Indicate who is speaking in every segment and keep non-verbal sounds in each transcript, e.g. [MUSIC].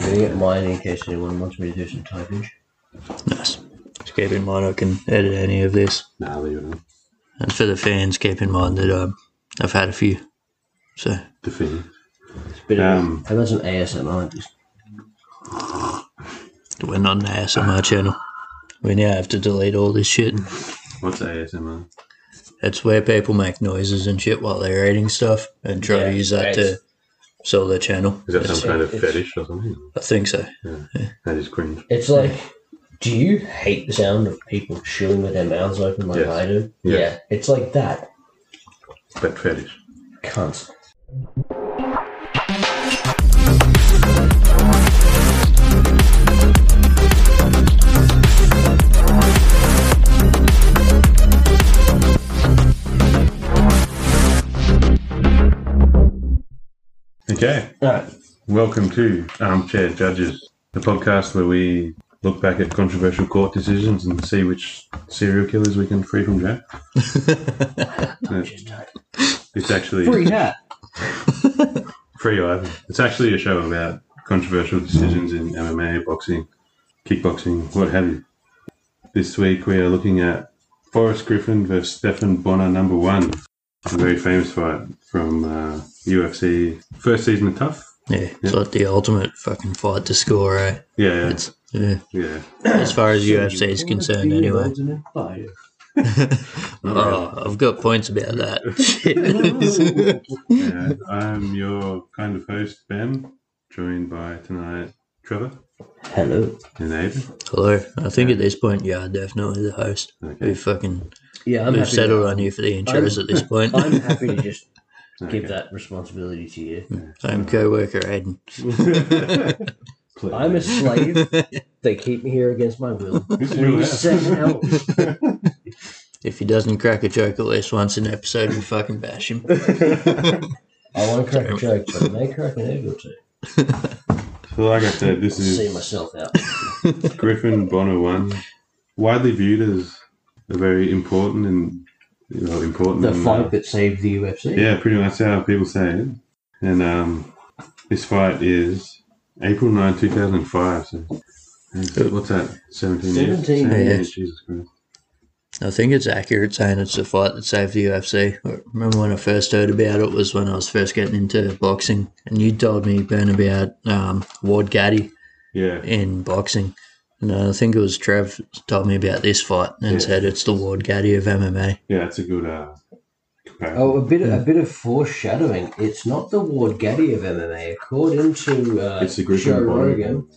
Speaker 1: leaving it mine in case anyone wants me to do some typing.
Speaker 2: Nice. Just keep in mind I can edit any of this.
Speaker 3: Nah, leave it on.
Speaker 2: And for the fans, keep in mind that um, I've had a few. So
Speaker 3: The fin.
Speaker 1: It's a bit
Speaker 3: Um,
Speaker 1: of, I've done some ASMR just
Speaker 2: we're not an ASMR channel. We now have to delete all this shit.
Speaker 3: What's ASMR?
Speaker 2: It's where people make noises and shit while they're eating stuff and try
Speaker 1: Yeah,
Speaker 2: to use that to
Speaker 1: it's-
Speaker 2: sell their channel.
Speaker 3: Is that
Speaker 2: It's-
Speaker 3: some kind of
Speaker 1: it's-
Speaker 3: fetish or something?
Speaker 2: I think so.
Speaker 3: That is cringe.
Speaker 1: It's like, do you hate the sound of people chewing with their mouths open like
Speaker 3: Yes.
Speaker 1: I do?
Speaker 3: Yes.
Speaker 1: Yeah. It's like that.
Speaker 3: But fetish.
Speaker 1: Cunts.
Speaker 3: Okay.
Speaker 1: Alright.
Speaker 3: Welcome to Armchair Judges, the podcast where we look back at controversial court decisions and see which serial killers we can free from jail. It's actually
Speaker 1: [LAUGHS]
Speaker 3: free,
Speaker 1: hat.
Speaker 3: Ivan. It's actually a show about controversial decisions in MMA, boxing, kickboxing, what have you. This week we are looking at Forrest Griffin versus Stefan Bonner, number one. A very famous fight from uh, UFC first season of Tough.
Speaker 2: Yeah, it's like the ultimate fucking fight to score, eh?
Speaker 3: Yeah,
Speaker 2: It's yeah.
Speaker 3: yeah.
Speaker 2: As far as UFC is concerned, anyway. Oh, I've got points about [LAUGHS] that.
Speaker 3: And [LAUGHS] I'm your kind of host, Ben, joined by tonight Trevor
Speaker 1: Hello.
Speaker 3: and Aiden.
Speaker 2: Hello. I think at this point, yeah, I'm definitely the host. We
Speaker 3: Okay.
Speaker 2: fucking
Speaker 1: Yeah, I'm
Speaker 2: we've
Speaker 1: happy.
Speaker 2: settled
Speaker 1: to,
Speaker 2: on you for the intros at this point.
Speaker 1: I'm happy to
Speaker 3: [LAUGHS]
Speaker 1: just
Speaker 3: Okay. Mm.
Speaker 1: give that responsibility to you.
Speaker 2: I'm co-worker Aiden.
Speaker 3: Play.
Speaker 1: I'm a [LAUGHS] slave. they keep me here against my
Speaker 3: [LAUGHS]
Speaker 1: will.
Speaker 3: This is
Speaker 1: When
Speaker 3: your
Speaker 1: you
Speaker 3: house.
Speaker 1: set out,
Speaker 2: If he doesn't crack a joke at least once an episode, we fucking bash him.
Speaker 1: I want to crack a joke, but I may crack an egg or two.
Speaker 3: So, like I said, this
Speaker 1: See
Speaker 3: is
Speaker 1: myself out.
Speaker 3: Griffin Bonner one, widely viewed as a very important and well, important.
Speaker 1: The
Speaker 3: and,
Speaker 1: fight
Speaker 3: uh,
Speaker 1: that saved the UFC.
Speaker 3: yeah, pretty much how people say it. And um, this fight is April 9, 2005. So, what's that? 17 years?
Speaker 1: 17
Speaker 2: years.
Speaker 3: Jesus Christ.
Speaker 2: I think it's accurate saying it's the fight that saved the UFC. I remember when I first heard about it was when I was first getting into boxing, and you told me Ben about um, Ward Gaddy
Speaker 3: Yeah.
Speaker 2: in boxing, and I think it was Trev told me about this fight and
Speaker 3: Yeah.
Speaker 2: said it's the Ward Gaddy of MMA.
Speaker 3: Yeah, it's a good uh, comparison.
Speaker 1: Oh, a bit, a bit of foreshadowing. It's not the Ward Gaddy of MMA, according to uh,
Speaker 3: It's the Griffin
Speaker 1: Joe
Speaker 3: Bond.
Speaker 1: Rogan.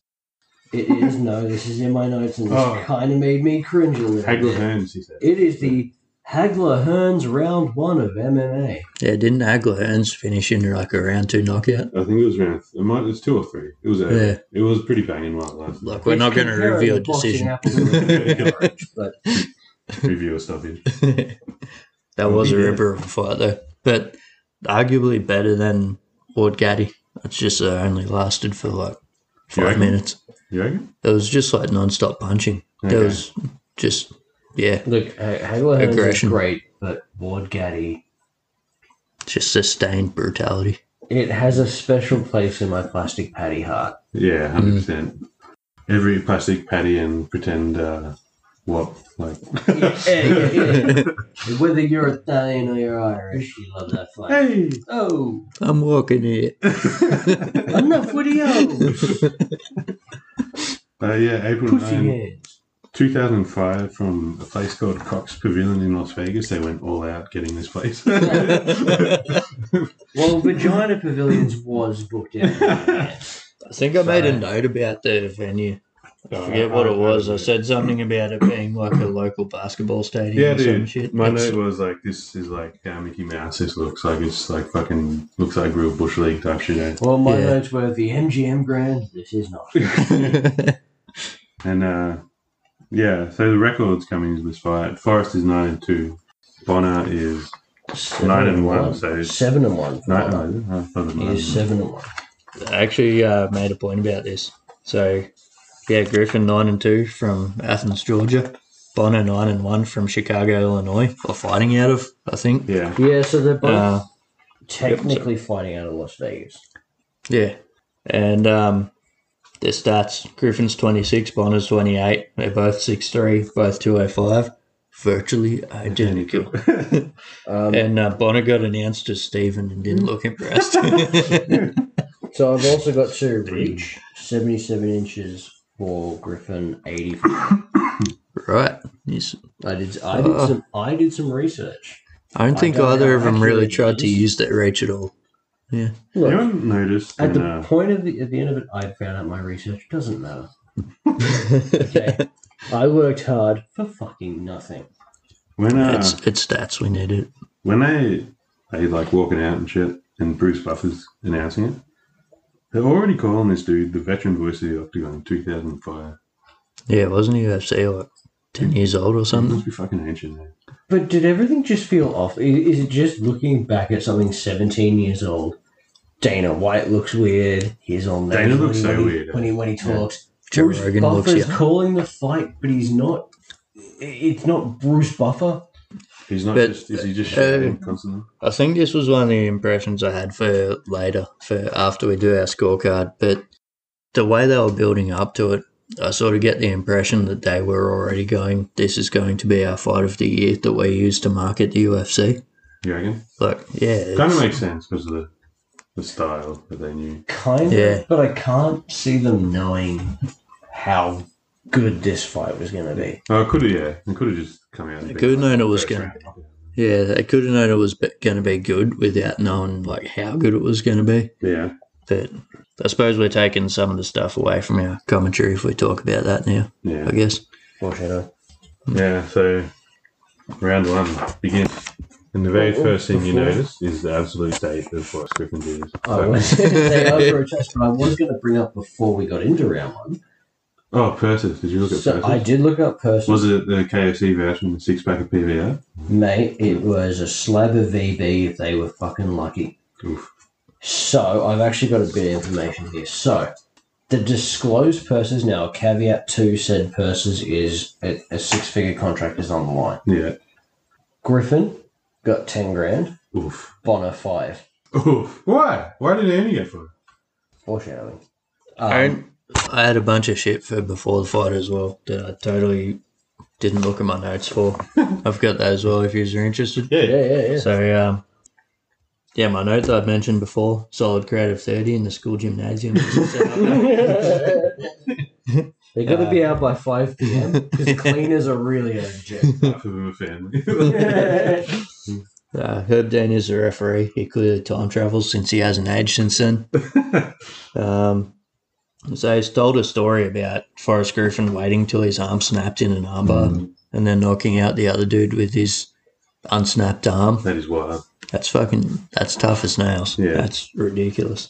Speaker 1: It is no. This is in my notes, and this
Speaker 3: Oh.
Speaker 1: kind of made me cringe a little
Speaker 3: Hagler
Speaker 1: bit.
Speaker 3: Hearns, he said.
Speaker 1: It is the Hagler Hearns round one of MMA.
Speaker 2: Yeah, didn't Hagler Hearns finish in like a round two knockout?
Speaker 3: I think it was round. It might. It was two or three. It was. A,
Speaker 2: Yeah.
Speaker 3: It was pretty banging right
Speaker 1: [LAUGHS]
Speaker 3: last
Speaker 2: Like we're not going to reveal a decision.
Speaker 3: [LAUGHS]
Speaker 1: decision. but
Speaker 3: review or stoppage.
Speaker 2: [LAUGHS] That was a
Speaker 3: Yeah.
Speaker 2: ripper of a fight though, but arguably better than Ward Gaddy. It's just uh, only lasted for like
Speaker 3: You
Speaker 2: five
Speaker 3: reckon?
Speaker 2: minutes.
Speaker 3: You reckon?
Speaker 2: It was just like non-stop punching. There
Speaker 3: Okay.
Speaker 2: was just yeah,
Speaker 1: look, Ha- Hagler Hearns
Speaker 2: Aggression.
Speaker 1: is great, but Ward Gaddy.
Speaker 2: just sustained brutality. [LAUGHS]
Speaker 1: It has a special place in my plastic patty heart. [LAUGHS]
Speaker 3: Yeah, hundred percent. Every plastic patty and pretend uh, what like.
Speaker 1: Yeah, yeah, yeah. Whether you're Italian or you're Irish, you love that fight.
Speaker 3: Hey,
Speaker 1: Oh,
Speaker 2: I'm walking
Speaker 3: [LAUGHS]
Speaker 2: here.
Speaker 1: enough with [LAUGHS] the
Speaker 3: uh, yeah, April
Speaker 1: pussy
Speaker 3: nine,
Speaker 1: hands.
Speaker 3: two thousand five, from a place called Cox Pavilion in Las Vegas. They went all out getting this place. [LAUGHS]
Speaker 1: Well, Vagina Pavilions was booked out.
Speaker 2: I think I made a
Speaker 1: Sorry.
Speaker 2: note about the venue. I forget what it was. I said something about it being like a local basketball stadium
Speaker 3: Yeah,
Speaker 2: or some
Speaker 3: dude.
Speaker 2: shit.
Speaker 3: My
Speaker 2: It's-
Speaker 3: note was like, this is like how Mickey Mouse this looks like. It's like fucking looks like real bush league type shit. Eh?
Speaker 1: Well, my
Speaker 2: Yeah.
Speaker 1: notes were the MGM Grand. This is not.
Speaker 2: [LAUGHS]
Speaker 3: And uh, yeah, so the records coming into this fight. Forrest is nine and two. Bonner is Nine and one, so-
Speaker 1: seven and one. for
Speaker 3: nine.
Speaker 1: Bonner.
Speaker 3: no, I thought it was
Speaker 1: He
Speaker 3: nine.
Speaker 1: is seven and one.
Speaker 2: I actually uh, made a point about this. So yeah, Griffin nine and two from Athens, Georgia. Bonner nine and one from Chicago, Illinois, or fighting out of, I think.
Speaker 3: Yeah,
Speaker 1: Yeah, so they're both
Speaker 2: Uh,
Speaker 1: technically fighting out of Las Vegas.
Speaker 2: Yeah, and um, Their stats Griffin's 26, Bonner's 28. They're both 6'3, both 205. Virtually identical. [LAUGHS]
Speaker 1: Um,
Speaker 2: And uh, Bonner got announced as Stephen and didn't look
Speaker 1: [LAUGHS]
Speaker 2: impressed. [LAUGHS]
Speaker 1: So I've also got to reach 77 inches for Griffin, 84.
Speaker 2: right. Yes.
Speaker 1: I did, I did,
Speaker 3: Uh-uh.
Speaker 2: Uh.
Speaker 1: some, I did some research.
Speaker 2: I don't
Speaker 1: I
Speaker 2: think
Speaker 1: don't
Speaker 2: either
Speaker 1: know
Speaker 2: of them really
Speaker 1: actually
Speaker 2: tried to
Speaker 1: is.
Speaker 2: use that reach at all.
Speaker 1: Look,
Speaker 3: Anyone noticed?
Speaker 1: at
Speaker 3: When,
Speaker 1: the
Speaker 3: uh,
Speaker 1: point of the, at the end of it, I found out my research doesn't
Speaker 3: [LAUGHS]
Speaker 1: matter. Okay. I worked hard for fucking nothing.
Speaker 3: when uh,
Speaker 2: It's, it's stats. We need it.
Speaker 3: when they they like walking out and shit, and Bruce Buffer's announcing it, they're already calling this dude the veteran voice of the Octagon, two thousand five.
Speaker 2: Yeah, wasn't he UFC like 10 years old or something?
Speaker 3: Must be fucking ancient. Man.
Speaker 1: But did everything just feel off? I- Is it just looking back at something 17 years old? Dana White looks weird. He's on there.
Speaker 3: Dana
Speaker 1: when
Speaker 3: looks
Speaker 1: he-
Speaker 3: so
Speaker 1: when he-
Speaker 3: weird.
Speaker 1: when he when he
Speaker 3: Yeah.
Speaker 1: talks.
Speaker 2: Joe
Speaker 1: Bruce
Speaker 2: Rogan looks
Speaker 1: Buffer's
Speaker 2: young.
Speaker 1: calling the fight, but he's not. i- It's not Bruce Buffer.
Speaker 3: He's not
Speaker 2: But,
Speaker 3: just is he just
Speaker 2: uh,
Speaker 3: shouting constantly?
Speaker 2: I think this was one of the impressions I had for later, for after we do our scorecard. But the way they were building up to it, I sort of get the impression that they were already going, this is going to be our fight of the year that we use to market the UFC.
Speaker 3: You reckon?
Speaker 2: Like, yeah.
Speaker 3: Kind of
Speaker 2: it's-
Speaker 3: makes sense because of the the style that they knew.
Speaker 1: Kind
Speaker 2: Yeah.
Speaker 1: of. But I can't see them knowing how good this fight was going to be.
Speaker 3: Oh, it could have, yeah. It could have just come out. and
Speaker 2: It
Speaker 3: been
Speaker 2: could have
Speaker 3: like
Speaker 2: known it was
Speaker 3: first
Speaker 2: gonna
Speaker 3: round.
Speaker 2: yeah, they could have known it was going to be good without knowing, like, how good it was going to be.
Speaker 3: Yeah.
Speaker 2: But I suppose we're taking some of the stuff away from our commentary if we talk about that now,
Speaker 3: Yeah.
Speaker 2: I guess.
Speaker 1: Foreshadow.
Speaker 3: Yeah. So, round one begins. And the very
Speaker 1: Oh, oh,
Speaker 3: first thing you
Speaker 1: before- Oh,
Speaker 3: notice is the absolute date of what Griffin did.
Speaker 1: I
Speaker 3: [LAUGHS]
Speaker 1: was going to say over a test, but I was going to bring up before we got into round one.
Speaker 3: oh, Persis. Did you look at
Speaker 1: So I
Speaker 3: Persis?
Speaker 1: did look up person.
Speaker 3: Was it the KFC version, the six pack of PVR?
Speaker 1: Mate, it was a slab of VB if they were fucking lucky.
Speaker 3: Oof.
Speaker 1: So, I've actually got a bit of information here. So, the disclosed purses now, caveat to said purses is a, a six figure contract is on the line.
Speaker 3: Yeah.
Speaker 1: Griffin got 10 grand,
Speaker 3: Oof.
Speaker 1: Bonner 5.
Speaker 3: Oof. Why? Why did Andy go for it?
Speaker 1: Foreshadowing. Um,
Speaker 2: I, I had a bunch of shit for before the fight as well that I totally didn't look at my notes for. I've got that as well if you're interested.
Speaker 1: yeah, yeah, yeah.
Speaker 2: So, um, yeah, my notes I'd mentioned before solid creative 30 in the school gymnasium.
Speaker 1: They're going to be
Speaker 2: Uh,
Speaker 1: out by 5 pm because cleaners are really [LAUGHS] urgent.
Speaker 3: Half of them are family. [LAUGHS]
Speaker 2: uh, Herb Dean is the referee. He clearly time travels since he hasn't aged since then. Um, so he's told a story about Forrest Griffin waiting till his arm snapped in an armbar and then knocking out the other dude with his unsnapped arm.
Speaker 3: that is wild.
Speaker 2: That's fucking. That's tough as nails.
Speaker 3: Yeah.
Speaker 2: That's ridiculous.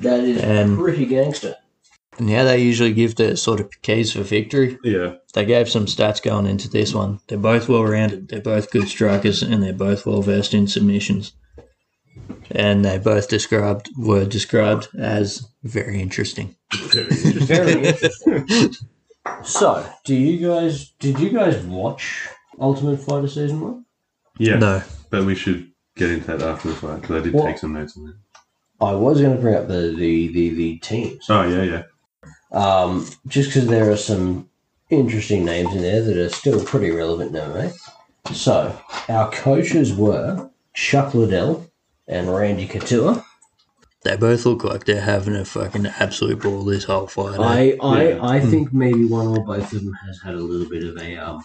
Speaker 1: that is
Speaker 2: Um,
Speaker 1: pretty gangster.
Speaker 2: And how they usually give the sort of keys for victory.
Speaker 3: Yeah.
Speaker 2: They gave some stats going into this one. They're both well rounded. They're both good strikers, and they're both well versed in submissions. And they both described were described as very interesting.
Speaker 3: Very interesting.
Speaker 1: Very interesting. so, do you guys did you guys watch Ultimate Fighter season one?
Speaker 3: yeah.
Speaker 2: No,
Speaker 3: But we should get into that after the fight because I did take some notes on that.
Speaker 1: I was going to bring up the the the, the teams,
Speaker 3: Oh, yeah, yeah.
Speaker 1: um, just because there are some interesting names in there that are still pretty relevant now, mate. So, our coaches were Chuck Liddell and Randy Couture.
Speaker 2: they both look like they're having a fucking absolute ball this whole fight. eh?
Speaker 1: I I,
Speaker 3: Yeah.
Speaker 1: I think maybe one or both of them has had a little bit of a um,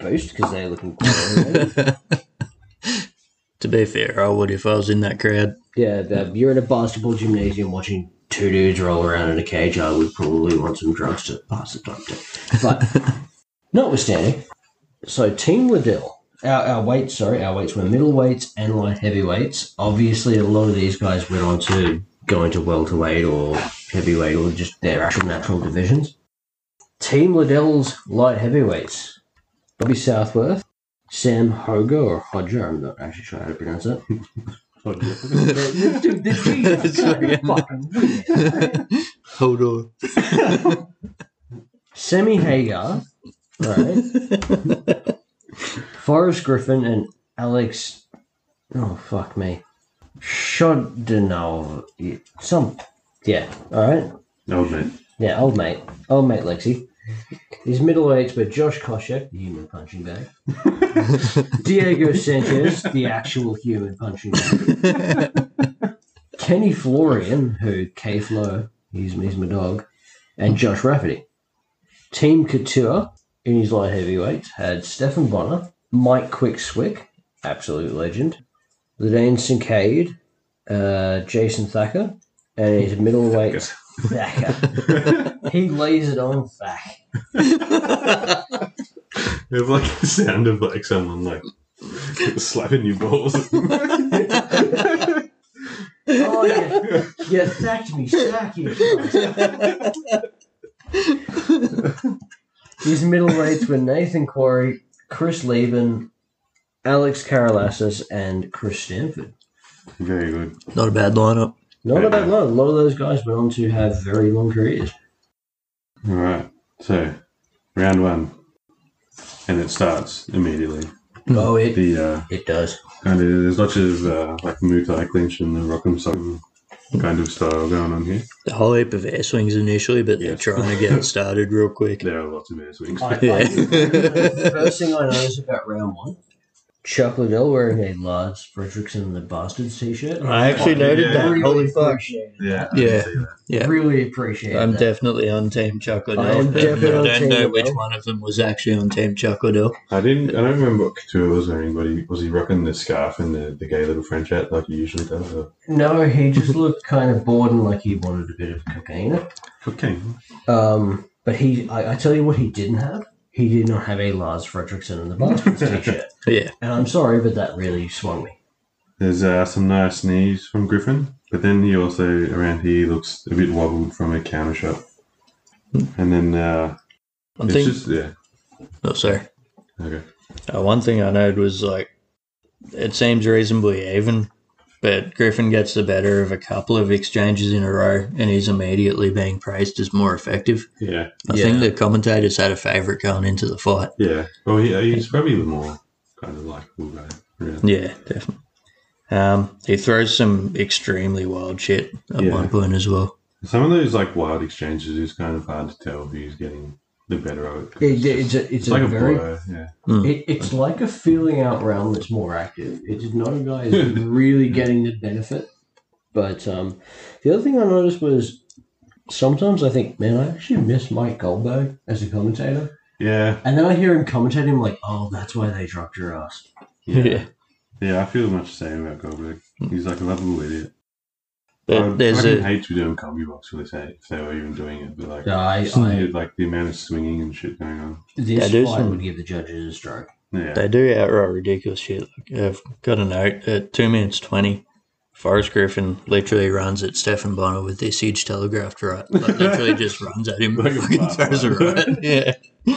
Speaker 1: boost because they're looking quite eh? animated.
Speaker 2: [LAUGHS] to be fair, I would if I was in that crowd. [LAUGHS]
Speaker 1: Yeah, the, you're in a basketball gymnasium watching two dudes roll around in a cage. I would probably want some drugs to pass the time to. But notwithstanding, so Team Liddell, our, our weights, sorry, our weights were middleweights and light heavyweights. Obviously, a lot of these guys went on to go into welterweight or heavyweight or just their actual natural divisions. Team Liddell's light heavyweights Bobby Southworth, Sam Hoger, or Hodger, I'm not actually sure how to pronounce it.
Speaker 3: Oh, yeah.
Speaker 1: Dude, the G is
Speaker 2: Sorry.
Speaker 1: fucking weird.
Speaker 2: Hold on.
Speaker 1: Semi Hagar, right? Forrest Griffin and Alex. Oh fuck me, Shodinov. Some, yeah. All right.
Speaker 3: Old mate.
Speaker 1: Yeah, old mate. Old mate Lexi. His middleweights were Josh Koscheck, the human punching bag. Diego Sanchez, the actual human punching bag. Kenny Florian, who K Flo, he's, he's my dog, and Josh Rafferty. Team Couture, in his light heavyweights, had Stefan Bonner, Mike Quick Swick, absolute legend, Ladain Sincade, uh, Jason Thacker, and his middleweight Thacker. he lays it on Thack.
Speaker 3: It was like [LAUGHS] the sound of like someone like slapping your balls.
Speaker 1: Oh, you, you thacked me, sack you. His middleweights were Nathan Quarry, Chris Lieben, Alex Karalasis, and Chris Stanford.
Speaker 3: [LAUGHS] Very good.
Speaker 2: Not a bad lineup.
Speaker 1: Not a bad lot. A lot of those guys went on to have very long careers.
Speaker 3: All right. So, round one, and it starts immediately.
Speaker 1: Oh, it
Speaker 3: The uh,
Speaker 1: it does.
Speaker 3: kind of there's lots of uh, like Muay Thai clinch and the Rock'em Sock'em kind of style going on here.
Speaker 2: A whole heap of air swings initially, but
Speaker 3: Yes.
Speaker 2: they're trying to get it started real quick.
Speaker 3: There are lots of air swings.
Speaker 1: I- I-
Speaker 2: Yeah.
Speaker 1: the first thing I noticed about round one, Chuck Liddell wearing a Lars Fredrickson the Bastards t-shirt.
Speaker 2: I actually
Speaker 3: Yeah.
Speaker 2: noted that.
Speaker 1: Oh, Really
Speaker 2: Holy fuck.
Speaker 1: appreciate it.
Speaker 3: [LAUGHS] Yeah. I can
Speaker 2: Yeah.
Speaker 3: see that.
Speaker 2: Yeah.
Speaker 1: Really appreciate
Speaker 2: I'm
Speaker 1: that.
Speaker 2: definitely on Team Chocolate.
Speaker 1: I am
Speaker 2: Elf,
Speaker 1: definitely
Speaker 2: and I
Speaker 1: on
Speaker 2: don't
Speaker 1: Team
Speaker 2: know which
Speaker 1: Elf.
Speaker 2: one of them was actually on Team Chocolate. Elf.
Speaker 3: I didn't. I don't remember what couture was wearing, but he was he rocking the scarf and the, the gay little French hat like he usually does. Or...
Speaker 1: No, he just looked kind of bored and like he wanted a bit of cocaine.
Speaker 3: Okay.
Speaker 1: Um, but he, I, I tell you what, he didn't have. He did not have a Lars Fredrickson and the
Speaker 2: [LAUGHS]
Speaker 1: Bastards t-shirt.
Speaker 2: Yeah.
Speaker 1: And I'm sorry, but that really swung me.
Speaker 3: There's uh, some nice knees from Griffin, but then he also around here looks a bit wobbled from a counter shot. And then uh,
Speaker 2: One
Speaker 3: it's
Speaker 2: thing.
Speaker 3: just yeah.
Speaker 2: oh, sorry.
Speaker 3: Okay.
Speaker 2: Uh, one thing I noted was like, it seems reasonably even, but Griffin gets the better of a couple of exchanges in a row, and he's immediately being praised as more effective.
Speaker 3: Yeah.
Speaker 2: I
Speaker 1: Yeah.
Speaker 2: think the commentators had a favourite going into the fight.
Speaker 3: Yeah. Well, he, uh, he's probably the more kind of likable guy. Yeah.
Speaker 2: Yeah, definitely. Um, he throws some extremely wild shit at
Speaker 3: Yeah.
Speaker 2: one point as well.
Speaker 3: Some of those like wild exchanges is kind of hard to tell who's getting the better of it. 'cause
Speaker 1: It,
Speaker 3: just-
Speaker 1: it's a, it's
Speaker 3: like
Speaker 1: a very,
Speaker 3: blow. Yeah.
Speaker 1: it, it's like a feeling out round that's more active. It's not a guy who's really getting the benefit. But um, the other thing I noticed was sometimes I think, man, I actually miss Mike Goldberg as a commentator.
Speaker 3: Yeah.
Speaker 1: And then I hear him commentating, I'm like, oh, that's why they dropped your ass.
Speaker 3: Yeah. Yeah, I feel much the same about Goldberg. He's like a lovable idiot.
Speaker 2: But
Speaker 3: Um, I would
Speaker 2: there's
Speaker 3: fucking
Speaker 2: a
Speaker 3: hate to do him comedy box if they, if they were even doing it, but like,
Speaker 1: No, I,
Speaker 3: yeah,
Speaker 1: I
Speaker 3: like the amount of swinging and shit going on.
Speaker 1: this
Speaker 2: there's
Speaker 1: fight
Speaker 2: some-
Speaker 1: would give the judges a stroke.
Speaker 3: Yeah,
Speaker 2: They do outright ridiculous shit. Like, I've got a note at two minutes twenty. Forrest Griffin literally runs at Stefan Bonner with this huge telegraphed right. Like literally just runs at him
Speaker 1: [LAUGHS]
Speaker 3: Like a
Speaker 2: and fucking throws a
Speaker 3: butterfly.
Speaker 2: right. [LAUGHS] Yeah.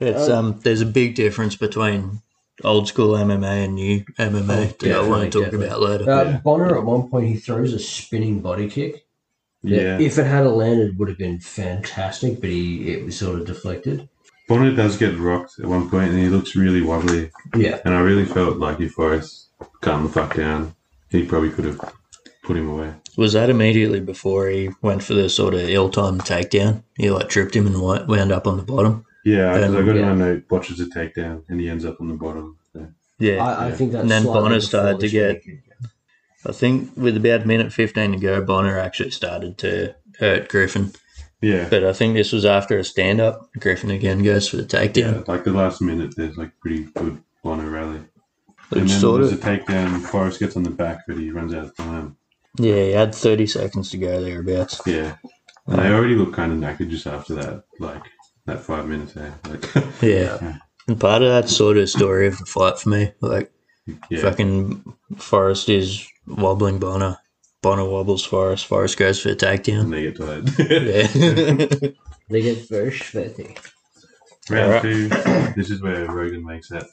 Speaker 2: It's
Speaker 1: Uh,
Speaker 2: um there's a big difference between old school MMA and new MMA that I want
Speaker 1: Oh, definitely,
Speaker 2: to talk
Speaker 1: definitely.
Speaker 2: about later.
Speaker 1: Uh,
Speaker 3: Yeah.
Speaker 1: Bonner at one point he throws a spinning body kick.
Speaker 3: yeah.
Speaker 1: If it had a landed, would have been fantastic, but he it was sort of deflected.
Speaker 3: Bonner does get rocked at one point, and he looks really wobbly.
Speaker 1: Yeah,
Speaker 3: And I really felt like if Forrest calmed the fuck down, he probably could have put him away.
Speaker 2: Was that immediately before he went for the sort of ill timed takedown? He like tripped him and wa- wound up on the bottom.
Speaker 3: Yeah, because I
Speaker 2: Um,
Speaker 3: got
Speaker 1: yeah.
Speaker 3: in my note, botches a takedown, and he ends up on the bottom. So.
Speaker 2: Yeah.
Speaker 1: I, I
Speaker 3: yeah.
Speaker 1: think that's
Speaker 2: And then
Speaker 1: slightly
Speaker 2: Bonner
Speaker 1: before
Speaker 2: started
Speaker 1: the
Speaker 2: to get-
Speaker 1: spinning kick.
Speaker 2: I think with about a minute 15 to go, Bonner actually started to hurt Griffin.
Speaker 3: Yeah.
Speaker 2: But I think this was after a stand up. Griffin again goes for the
Speaker 3: Yeah,
Speaker 2: takedown.
Speaker 3: like the last minute, there's like pretty good Bonner rally. And
Speaker 2: Which
Speaker 3: then
Speaker 2: sort
Speaker 3: there's
Speaker 2: of.
Speaker 3: a takedown. Forrest gets on the back, but he runs out of time.
Speaker 2: yeah, he had 30 seconds to go thereabouts.
Speaker 3: Yeah, and they already look kind of knackered just after that, like that five minutes there. Like, [LAUGHS]
Speaker 2: Yeah. And part of that's sort of story of the fight for me. Like,
Speaker 3: yeah,
Speaker 2: fucking Forrest is wobbling Bonner. Bonner wobbles Forrest. Forrest goes for the
Speaker 3: and
Speaker 2: takedown.
Speaker 3: they
Speaker 1: [LAUGHS]
Speaker 3: get tired.
Speaker 2: Yeah.
Speaker 1: They get very sweaty.
Speaker 3: [LAUGHS] Round
Speaker 2: Alright.
Speaker 3: two. This is where Rogan makes that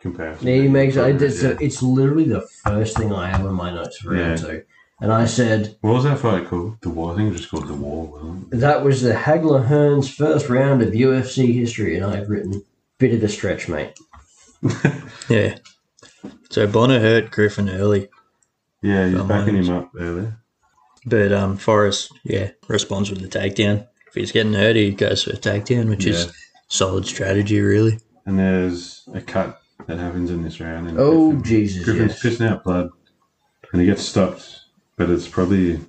Speaker 3: comparison.
Speaker 1: He makes
Speaker 3: Yeah.
Speaker 1: it. It's, it's literally the first thing I have on my notes for round
Speaker 3: Yeah.
Speaker 1: two, and I said
Speaker 3: What was that fight called? The war. I think it was just called the war. Wasn't it?
Speaker 1: that was the Hagler Hearns first round of UFC history, and I've written bit of a stretch, mate.
Speaker 2: [LAUGHS] yeah. So Bonner hurt Griffin early.
Speaker 3: Yeah, he's
Speaker 2: Someone
Speaker 3: backing
Speaker 2: else.
Speaker 3: him up earlier.
Speaker 2: But um, Forrest, yeah, responds with the takedown. If he's getting hurt, he goes for a takedown, which
Speaker 3: Yeah.
Speaker 2: is solid strategy, really.
Speaker 3: And there's a cut that happens in this round. And
Speaker 1: Oh,
Speaker 3: Griffin-
Speaker 1: Jesus, yes.
Speaker 3: Griffin's pissing out blood, and he gets stopped, but it's probably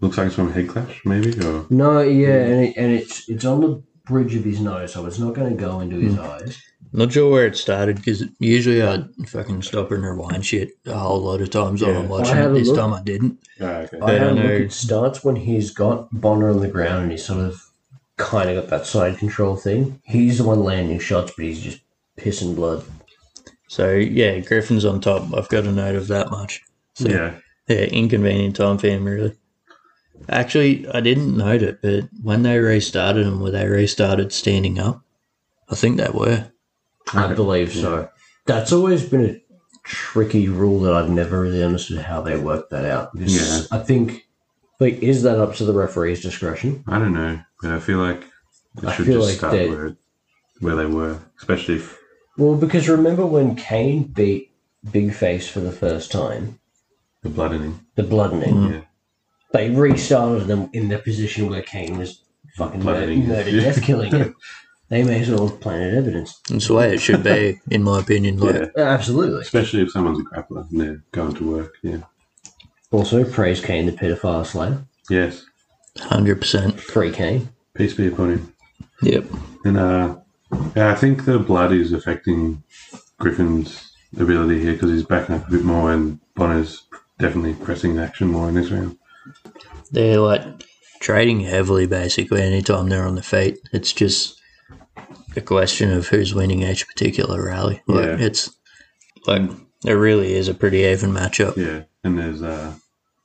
Speaker 3: looks like it's from a head clash, maybe, or
Speaker 1: No, yeah, and, it, and it's it's on the bridge of his nose, so it's not going to go into his
Speaker 2: Hmm.
Speaker 1: eyes.
Speaker 2: Not sure where it started because usually I fucking stop and rewind shit a whole lot of times while
Speaker 3: Yeah.
Speaker 2: I'm
Speaker 1: I
Speaker 2: watching
Speaker 1: had
Speaker 2: it.
Speaker 1: a
Speaker 2: This
Speaker 1: look.
Speaker 2: time I didn't.
Speaker 3: oh, okay.
Speaker 1: I
Speaker 2: They
Speaker 1: had a
Speaker 2: don't
Speaker 1: look.
Speaker 2: know.
Speaker 1: It starts when he's got Bonner on the ground and he's sort of kind of got that side control thing. He's the one landing shots, but he's just pissing blood.
Speaker 2: So yeah, Griffin's on top. I've got a note of that much. So
Speaker 3: yeah,
Speaker 2: Yeah, inconvenient time for him, really. Actually, I didn't note it, but when they restarted and were they restarted standing up? I think they were.
Speaker 1: I believe so. That's always been a tricky rule that I've never really understood how they work that out. Because I think, like, is that up to the referee's discretion?
Speaker 3: I don't know, but I feel like it
Speaker 1: I
Speaker 3: should
Speaker 1: feel
Speaker 3: just
Speaker 1: like
Speaker 3: start
Speaker 1: they-
Speaker 3: where it- where they were, especially if
Speaker 1: Well, because remember when Kane beat Big Face for the first time,
Speaker 3: the blood in him.
Speaker 1: the bloodening,
Speaker 2: Mm.
Speaker 3: Yeah.
Speaker 1: they restarted them in the position where Kane was fucking mur-
Speaker 3: Bloodening, yeah.
Speaker 1: murdered, death killing
Speaker 2: [LAUGHS]
Speaker 1: him. They may as well have planted evidence. Uh,
Speaker 2: It's the way it should be, in my opinion. Like,
Speaker 3: Yeah,
Speaker 1: Absolutely.
Speaker 3: especially if someone's a grappler and they're going to work. Yeah.
Speaker 1: Also, praise Kane, the pedophile slayer.
Speaker 3: Yes.
Speaker 2: 100%.
Speaker 1: Free Kane.
Speaker 3: Peace be upon him.
Speaker 2: Yep.
Speaker 3: And uh, yeah, I think the blood is affecting Griffin's ability here because he's backing up a bit more, and Bonner's definitely pressing the action more in this round.
Speaker 2: They're like trading heavily, basically, anytime they're on the feet. It's just a question of who's winning each particular rally. Like,
Speaker 3: Yeah.
Speaker 2: it's like, it really is a pretty even matchup.
Speaker 3: Yeah, and there's uh,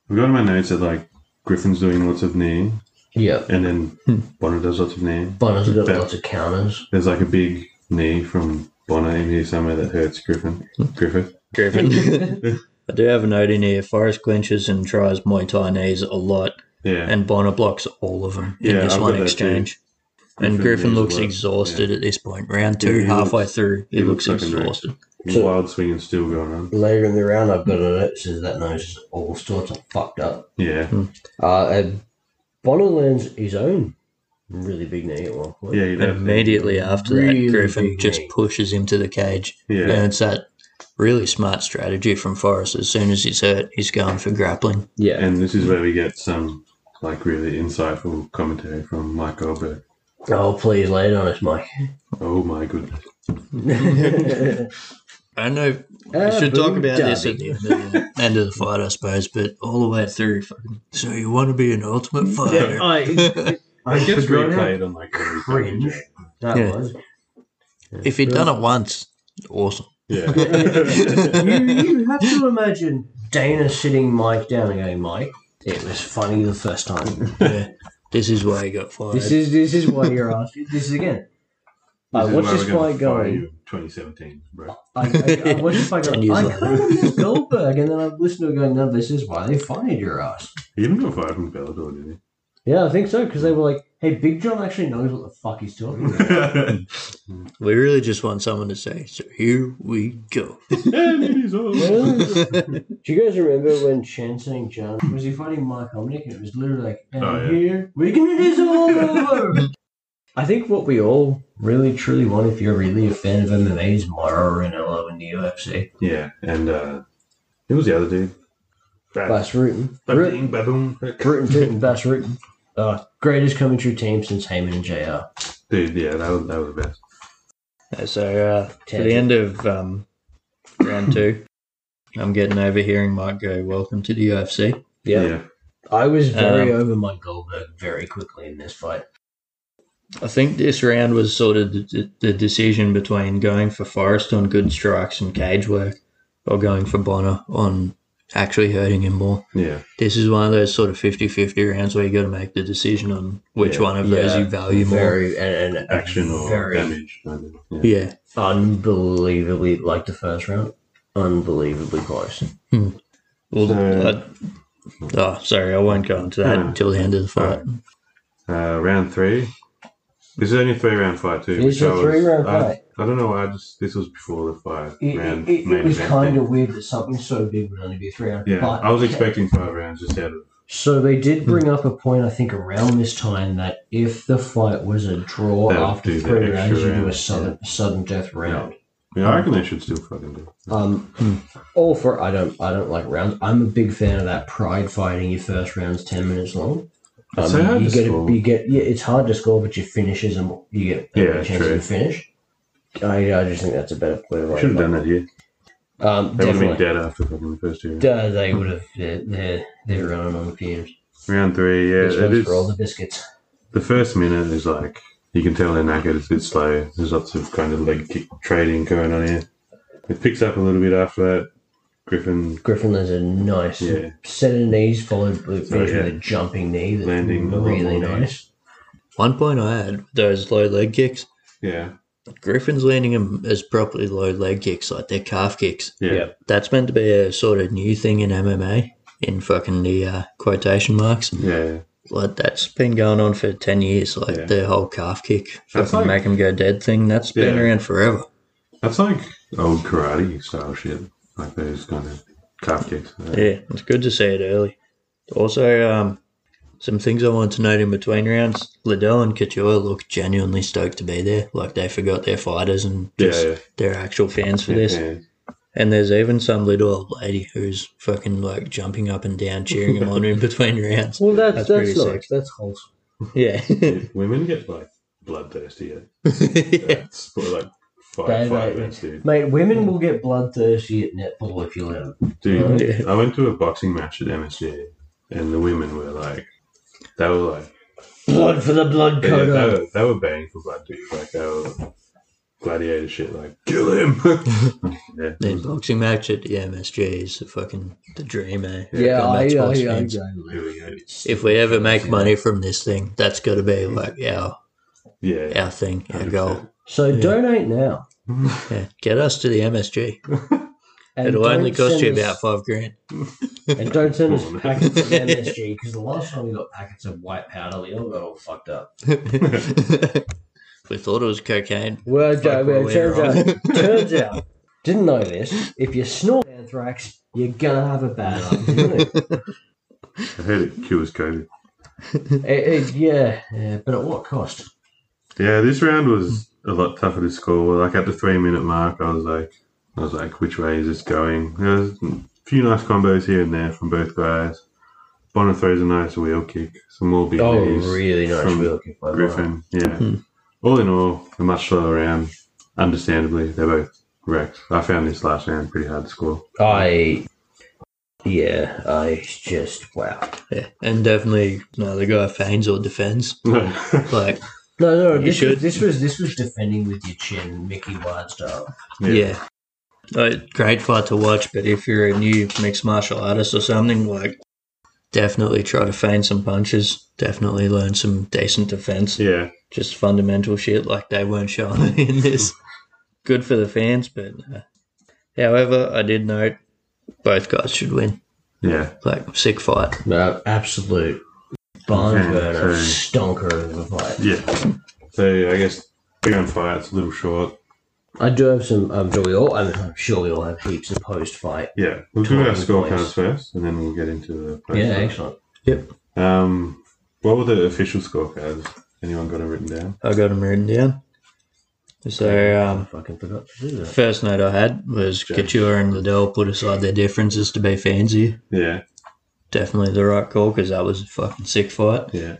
Speaker 3: I've got in my notes that like Griffin's doing lots of knee,
Speaker 1: Yeah.
Speaker 3: and then
Speaker 2: Hmm.
Speaker 3: Bonner does lots of knee.
Speaker 1: Bonner's got
Speaker 3: Yeah.
Speaker 1: lots of counters.
Speaker 3: There's like a big knee from Bonner in here somewhere that hurts Griffin.
Speaker 2: Hmm.
Speaker 3: Griffith.
Speaker 2: Griffin. [LAUGHS] I do have a note in here. Forrest clinches and tries Muay Thai knees a lot,
Speaker 3: Yeah,
Speaker 2: and Bonner blocks all of them in
Speaker 3: Yeah,
Speaker 2: this
Speaker 3: I've
Speaker 2: one
Speaker 3: got that
Speaker 2: exchange.
Speaker 3: Griffin
Speaker 2: and Griffin
Speaker 3: knees
Speaker 2: looks
Speaker 3: well.
Speaker 2: exhausted at this point. Round two,
Speaker 3: Yeah, he
Speaker 2: halfway
Speaker 3: looks-
Speaker 2: through, he,
Speaker 3: he
Speaker 2: looks,
Speaker 3: looks fucking wrecked.
Speaker 2: exhausted.
Speaker 3: wild swing and still going on.
Speaker 1: Later in the round, I've got a note says that nose is all sorts of fucked up.
Speaker 3: Yeah,
Speaker 1: Uh, and Bonner lands his own really big knee at one point.
Speaker 3: yeah. he'd
Speaker 2: And
Speaker 3: have-
Speaker 2: immediately after
Speaker 1: Really
Speaker 2: that, Griffin
Speaker 1: big
Speaker 2: just
Speaker 1: knee.
Speaker 2: pushes him to the cage.
Speaker 3: Yeah.
Speaker 2: And it's that really smart strategy from Forrest. As soon as he's hurt, he's going for grappling.
Speaker 1: Yeah.
Speaker 3: And this is where we get some like really insightful commentary from Mike Goldberg.
Speaker 1: oh, please lay it on us,
Speaker 2: [LAUGHS]
Speaker 1: Mike.
Speaker 3: Oh my goodness.
Speaker 2: I know
Speaker 1: Ah,
Speaker 2: We should
Speaker 1: boo,
Speaker 2: talk about this at
Speaker 1: Darby.
Speaker 2: the end of the, [LAUGHS] end of the fight, I suppose, but all the way through. fucking, So you want to be an ultimate fighter?
Speaker 1: Oh,
Speaker 3: [LAUGHS]
Speaker 1: I, I
Speaker 3: It gets
Speaker 1: forgot how
Speaker 3: replayed on like every
Speaker 1: cringe
Speaker 3: fucking
Speaker 1: that
Speaker 2: Yeah.
Speaker 1: was.
Speaker 2: if you'd done it once, awesome.
Speaker 3: day.
Speaker 1: you, you have to imagine Dana sitting Mike down and going, Mike, it was funny the first time.
Speaker 2: Yeah, this is why he got fired.
Speaker 1: This is this is why you're asking. This is again. I
Speaker 3: is
Speaker 1: watched
Speaker 3: why we're
Speaker 1: this
Speaker 3: gonna
Speaker 1: fight
Speaker 3: fire
Speaker 1: going.
Speaker 3: you in 2017, bro.
Speaker 1: I, I, I watched this fight
Speaker 2: Ten
Speaker 1: going.
Speaker 2: years
Speaker 1: I
Speaker 2: later.
Speaker 1: kind of miss Goldberg, and then I listened to it going, "No, this is why they fired your ass."
Speaker 3: He didn't get fired from Bellator, did he?
Speaker 1: Yeah, I think so because they were like, "Hey, Big John actually knows what the fuck he's talking about."
Speaker 2: we really just want someone to say, "So here we go."
Speaker 3: and it is all.
Speaker 1: Do you guys remember when Chen Sang John was he fighting Mike Hominick? And it was literally like, and
Speaker 3: Oh, yeah.
Speaker 1: here we can it is all over. I think what we all really truly want, if you're really a fan of MMA, is Mauro Ranello in the UFC.
Speaker 3: Yeah, and uh, who was the other dude?
Speaker 1: Bass Rutten, Rutten,
Speaker 3: Ba-bing, ba-boom, ba-
Speaker 1: Rutten, Rutten, Bass Rutten. Uh, greatest commentary team since Heyman and JR.
Speaker 3: Dude, yeah, that was, that was the best.
Speaker 2: so uh, to the end of um, round two, I'm getting over hearing Mike go, "Welcome to the UFC."
Speaker 1: Yeah, I was very
Speaker 2: Um,
Speaker 1: over Mike Goldberg very quickly in this fight.
Speaker 2: I think this round was sort of the, the decision between going for Forrest on good strikes and cage work or going for Bonner on actually hurting him more.
Speaker 3: yeah,
Speaker 2: This is one of those sort of 50 50 rounds where you got to make the decision on which
Speaker 3: Yeah.
Speaker 2: one of those
Speaker 1: Yeah,
Speaker 2: you value more.
Speaker 1: very and, and
Speaker 3: action or
Speaker 1: very
Speaker 3: damage. kind of, Yeah.
Speaker 2: Yeah.
Speaker 1: unbelievably like the first round, unbelievably close.
Speaker 2: Well,
Speaker 3: So- Hmm.
Speaker 2: I- oh, sorry, I won't go into that
Speaker 3: No.
Speaker 2: until the end of the fight.
Speaker 3: Uh, round three. This is only a three round fight too.
Speaker 1: It's
Speaker 3: which
Speaker 1: a
Speaker 3: I was-
Speaker 1: three-round
Speaker 3: I-
Speaker 1: fight.
Speaker 3: I don't know why. I just this was before the five
Speaker 1: It,
Speaker 3: round.
Speaker 1: it, it
Speaker 3: main
Speaker 1: was
Speaker 3: event
Speaker 1: kind
Speaker 3: thing.
Speaker 1: of weird that something so big would only be three rounds.
Speaker 3: Yeah,
Speaker 1: but
Speaker 3: I was Hmm.
Speaker 1: okay.
Speaker 3: expecting five rounds just out of
Speaker 1: So they did bring up a point, I think, around this time that if the fight was a draw
Speaker 3: They'll
Speaker 1: after
Speaker 3: do the
Speaker 1: three
Speaker 3: extra
Speaker 1: rounds, you do a
Speaker 3: round,
Speaker 1: sudden, sudden death round.
Speaker 3: Yeah, I reckon they should still fucking do. it.
Speaker 1: Um,
Speaker 2: Hmm.
Speaker 1: all for I don't I don't like rounds. I'm a big fan of that pride fighting. Your first round's ten minutes long. Um,
Speaker 3: It's so hard
Speaker 1: you
Speaker 3: to
Speaker 1: get
Speaker 3: score.
Speaker 1: A, you get yeah, it's hard to score, but your finishes and you get
Speaker 3: Yeah,
Speaker 1: a chance
Speaker 3: true.
Speaker 1: to finish. I, I just think that's a better way to
Speaker 3: Should have done that here.
Speaker 1: that. Um,
Speaker 3: They would have been
Speaker 1: definitely.
Speaker 3: dead after fucking the first two.
Speaker 1: Duh, they would have. They're, they're, they're running on fumes.
Speaker 3: Round three, yeah,
Speaker 1: This
Speaker 3: it
Speaker 1: one's for all
Speaker 3: is.
Speaker 1: the biscuits.
Speaker 3: The first minute is like you can tell they're knackered. It's a bit slow. There's lots of kind of leg kick trading going on here. It picks up a little bit after that. Griffin
Speaker 1: Griffin lands a nice
Speaker 3: Yeah.
Speaker 1: set of knees, followed by
Speaker 3: So,
Speaker 1: finish
Speaker 3: yeah.
Speaker 1: with a jumping knee. That's
Speaker 3: Landing a lot
Speaker 1: really
Speaker 3: more knees.
Speaker 1: nice.
Speaker 2: One point I had with those low leg kicks,
Speaker 3: Yeah,
Speaker 2: Griffin's landing them as properly low leg kicks, like they're calf kicks.
Speaker 3: yeah,
Speaker 1: Yeah.
Speaker 2: That's meant to be a sort of new thing in MMA, in fucking the uh, quotation marks.
Speaker 3: yeah.
Speaker 2: Like that's been going on for ten years. Like
Speaker 3: Yeah.
Speaker 2: the whole calf kick,
Speaker 3: That's
Speaker 2: fucking
Speaker 3: like-
Speaker 2: make him go dead thing. That's been
Speaker 3: Yeah.
Speaker 2: around forever.
Speaker 3: That's like old karate style shit, like those kind of calf kicks.
Speaker 2: Yeah, it's good to see it early. Also, um, some things I wanted to note in between rounds. Liddell and Couture look genuinely stoked to be there. Like they forgot their fighters and
Speaker 3: yeah,
Speaker 2: just
Speaker 3: yeah,
Speaker 2: their actual fans for
Speaker 3: yeah,
Speaker 2: this.
Speaker 3: yeah.
Speaker 2: And there's even some little old lady who's fucking like jumping up and down, cheering him on
Speaker 3: [LAUGHS]
Speaker 2: in between rounds.
Speaker 1: Well, that's
Speaker 2: That's pretty
Speaker 1: that's,
Speaker 2: sick.
Speaker 1: nice. That's wholesome.
Speaker 2: Yeah. [LAUGHS]
Speaker 3: Women get like bloodthirsty at
Speaker 2: yeah.
Speaker 3: at sp- like
Speaker 1: They-
Speaker 3: five,
Speaker 1: they-
Speaker 3: five minutes, dude.
Speaker 1: Mate, women will get bloodthirsty at netball if you let them.
Speaker 3: Dude,
Speaker 2: Oh, Yeah.
Speaker 3: I went to a boxing match at MSG, and the women were like, they were like,
Speaker 1: Blood for the blood
Speaker 3: they, they,
Speaker 1: code.
Speaker 3: were, they were banging for blood, dude. Like they were gladiator shit, like kill
Speaker 2: [LAUGHS]
Speaker 3: him. [LAUGHS] yeah,
Speaker 2: The boxing match at the MSG is the fucking the dream, eh?
Speaker 1: Yeah,
Speaker 2: Fucking
Speaker 1: I,
Speaker 2: that's
Speaker 1: I,
Speaker 2: what's
Speaker 1: I, I,
Speaker 2: fans. If we ever make money from this thing, that's got to be like our
Speaker 3: yeah.
Speaker 2: our thing, our goal.
Speaker 1: So
Speaker 2: Yeah.
Speaker 1: donate now.
Speaker 2: Yeah, get us to the MSG.
Speaker 1: And
Speaker 2: It'll only
Speaker 1: don't
Speaker 2: cost you
Speaker 1: send
Speaker 2: about
Speaker 1: us-
Speaker 2: five
Speaker 1: [LAUGHS]
Speaker 2: grand.
Speaker 1: And don't send us
Speaker 3: Come on.
Speaker 1: packets
Speaker 2: [LAUGHS]
Speaker 1: of MSG because the last time we got packets of white powder, we all got all fucked up.
Speaker 2: we thought it was cocaine.
Speaker 1: Well,
Speaker 2: Fuck,
Speaker 1: don't-
Speaker 2: we're
Speaker 1: well, turns
Speaker 2: wrong. [LAUGHS]
Speaker 1: out, turns out, didn't know this. If you snort anthrax, you're gonna have a
Speaker 2: [LAUGHS]
Speaker 1: bad afternoon.
Speaker 3: I heard it cures COVID.
Speaker 1: It- it- yeah, yeah, but at what cost?
Speaker 3: Yeah, this round was a lot tougher to score. Like at the three minute mark, I was like, I was like, which way is this going? There was a few nice combos here and there from both guys. Bonner throws a nice wheel kick, some more
Speaker 2: Oh,
Speaker 3: big knees.
Speaker 1: really
Speaker 3: nice from wheel
Speaker 1: kick by
Speaker 3: Griffin, yeah.
Speaker 2: Hmm.
Speaker 3: All in all, a much slower round. Understandably, they're both wrecked. I found this last round pretty hard to score. [LAUGHS]
Speaker 1: I, yeah, I just wow.
Speaker 2: Yeah, and definitely no, the guy feigns or defends.
Speaker 3: yeah.
Speaker 2: Like,
Speaker 1: No, no,
Speaker 2: You
Speaker 1: this
Speaker 2: should.
Speaker 1: was, this was this was defending with your chin, Mickey Ward style.
Speaker 2: yeah. Uh, great fight to watch, but if you're a new mixed martial artist or something, like, definitely try to feign some punches. Definitely learn some decent defense.
Speaker 3: Yeah.
Speaker 2: Just fundamental shit like they weren't showing [LAUGHS] in this. Good for the fans, but uh, however, I did note both guys should win.
Speaker 3: Yeah.
Speaker 2: Like, sick fight.
Speaker 1: No, absolute barn
Speaker 3: Okay,
Speaker 1: burner,
Speaker 3: so-
Speaker 1: stonker of a fight.
Speaker 3: Yeah. So I guess big on fire, it's a little short.
Speaker 1: I do have some. Um, do we all? I mean, I'm sure we all have heaps of post fight.
Speaker 3: Yeah. We'll do our
Speaker 1: Totally
Speaker 3: scorecards
Speaker 1: points.
Speaker 3: first and then we'll get into the
Speaker 1: Yeah,
Speaker 3: post-fight.
Speaker 1: excellent.
Speaker 3: Um, what were the official scorecards? Anyone got it written down?
Speaker 2: I got him written down. So, um,
Speaker 1: I fucking forgot to do that.
Speaker 2: First note I had was
Speaker 3: Sure.
Speaker 2: Couture and Liddell put aside their differences to be fancy.
Speaker 3: Yeah,
Speaker 2: Definitely the right call because that was a fucking sick fight.
Speaker 3: yeah.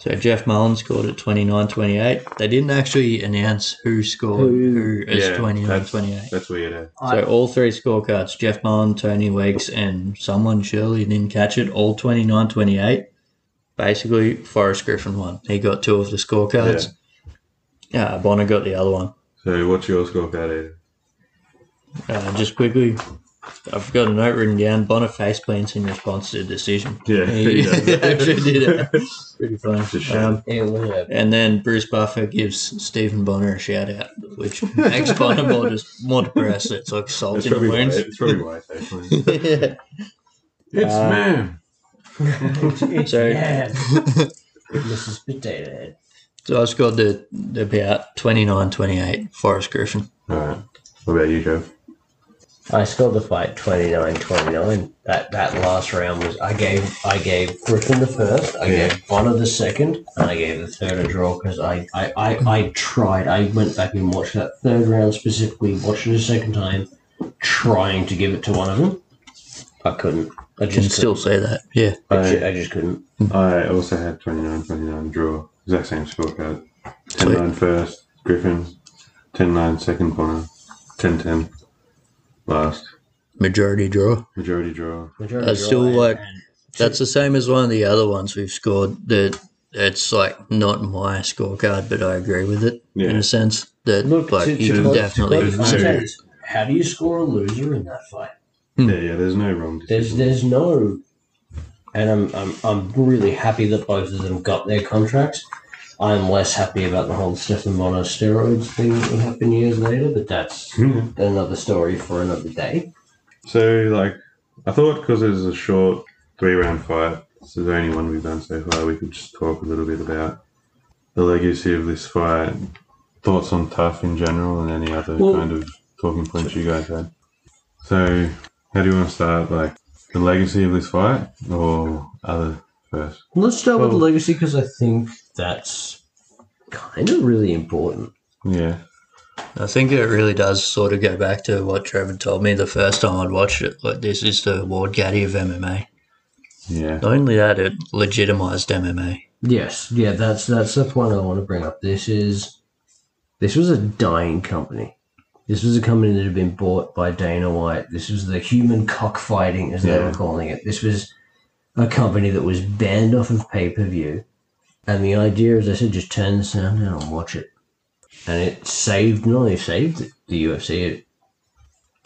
Speaker 2: So Jeff Mullen scored at 29 28. They didn't actually announce who scored who
Speaker 3: Yeah,
Speaker 2: as 29
Speaker 3: that's-
Speaker 2: 28.
Speaker 3: That's weird. eh?
Speaker 2: So all three scorecards, Jeff Mullen, Tony Weeks, and someone surely didn't catch it, all 29 28. Basically, Forrest Griffin won. He got two of the scorecards. Uh, Bonner got the other one.
Speaker 3: So what's your scorecard, Ed?
Speaker 2: Uh, just quickly, I've got a note written down. Bonner face plants in response to the decision.
Speaker 3: Yeah,
Speaker 2: He
Speaker 3: he does.
Speaker 2: [LAUGHS] actually
Speaker 3: [LAUGHS]
Speaker 2: did it. Pretty
Speaker 3: It's a
Speaker 2: funny.
Speaker 3: shame.
Speaker 2: Um,
Speaker 1: Yeah, whatever.
Speaker 2: and then Bruce Buffer gives Stephen Bonner a shout out, which makes Bonner more, just more depressed. It's like salt
Speaker 3: It's
Speaker 2: in the
Speaker 3: probably white.
Speaker 2: wounds. [LAUGHS]
Speaker 3: It's probably white. Actually.
Speaker 2: yeah.
Speaker 3: it's
Speaker 2: Uh,
Speaker 3: man.
Speaker 1: [LAUGHS]
Speaker 2: [LAUGHS] So,
Speaker 1: Yeah. Mrs. Potato Head.
Speaker 2: so I scored the, the about 29 28 Forrest Griffin.
Speaker 3: All right. What about you, Joe?
Speaker 1: I scored the fight 29-29. That that last round was I gave I gave Griffin the first, I
Speaker 3: Yeah.
Speaker 1: gave Bonner the second, and I gave the third a draw because I, I, I, I tried. I went back and watched that third round specifically, watched it a second time, trying to give it to one of them. I couldn't. I
Speaker 2: Can
Speaker 1: just
Speaker 2: still say that. Yeah.
Speaker 1: couldn't. I ju-
Speaker 3: I,
Speaker 1: I just couldn't.
Speaker 3: I also had 29 29 draw, exact same scorecard. 10
Speaker 2: Sweet.
Speaker 3: 9 first, Griffin, 10 9 second, Bonner, 10 10 last,
Speaker 2: Majority draw.
Speaker 3: majority draw.
Speaker 1: Majority
Speaker 2: That's
Speaker 1: draw
Speaker 2: Uh, still
Speaker 1: and-
Speaker 2: like-
Speaker 1: and-
Speaker 2: That's the same as one of the other ones we've scored that it's like not my scorecard, but I agree with it in
Speaker 3: Yeah.
Speaker 2: a sense that
Speaker 1: Look,
Speaker 2: like
Speaker 1: to-
Speaker 2: you
Speaker 1: to
Speaker 2: can
Speaker 1: quote-
Speaker 2: definitely
Speaker 1: to quote
Speaker 3: Sorry.
Speaker 1: Conte, How do you score a loser in that fight?
Speaker 2: Hmm.
Speaker 3: Yeah, yeah, there's no wrong
Speaker 1: There's
Speaker 3: decision.
Speaker 1: there's no, and I'm I'm I'm really happy that both of them got their contracts. I'm less happy about the whole Stefan Bonner steroids thing that will happen years later, but that's
Speaker 3: Yeah.
Speaker 1: another story for another day.
Speaker 3: [LAUGHS] So, like, I thought because it was a short three round fight, this is the only one we've done so far, we could just talk a little bit about the legacy of this fight, thoughts on tough in general, and any other
Speaker 1: Well-
Speaker 3: kind of talking points you guys had. So, how do you want to start? Like, the legacy of this fight, or other first?
Speaker 1: Let's start with
Speaker 3: Well-
Speaker 1: the legacy because I think that's kind of really important.
Speaker 3: Yeah.
Speaker 2: I think it really does sort of go back to what Trevor told me the first time I'd watched it. Like this is the Ward Gaddy of MMA.
Speaker 3: Yeah.
Speaker 2: Not only that, it legitimized MMA.
Speaker 1: Yes, yeah, that's that's the point I want to bring up. This is this was a dying company. This was a company that had been bought by Dana White. This was the human cockfighting, as they
Speaker 3: Yeah.
Speaker 1: were calling it. This was a company that was banned off of pay per view, and the idea, as I said, just turn the sound down and watch it. And it saved not only saved the UFC, it,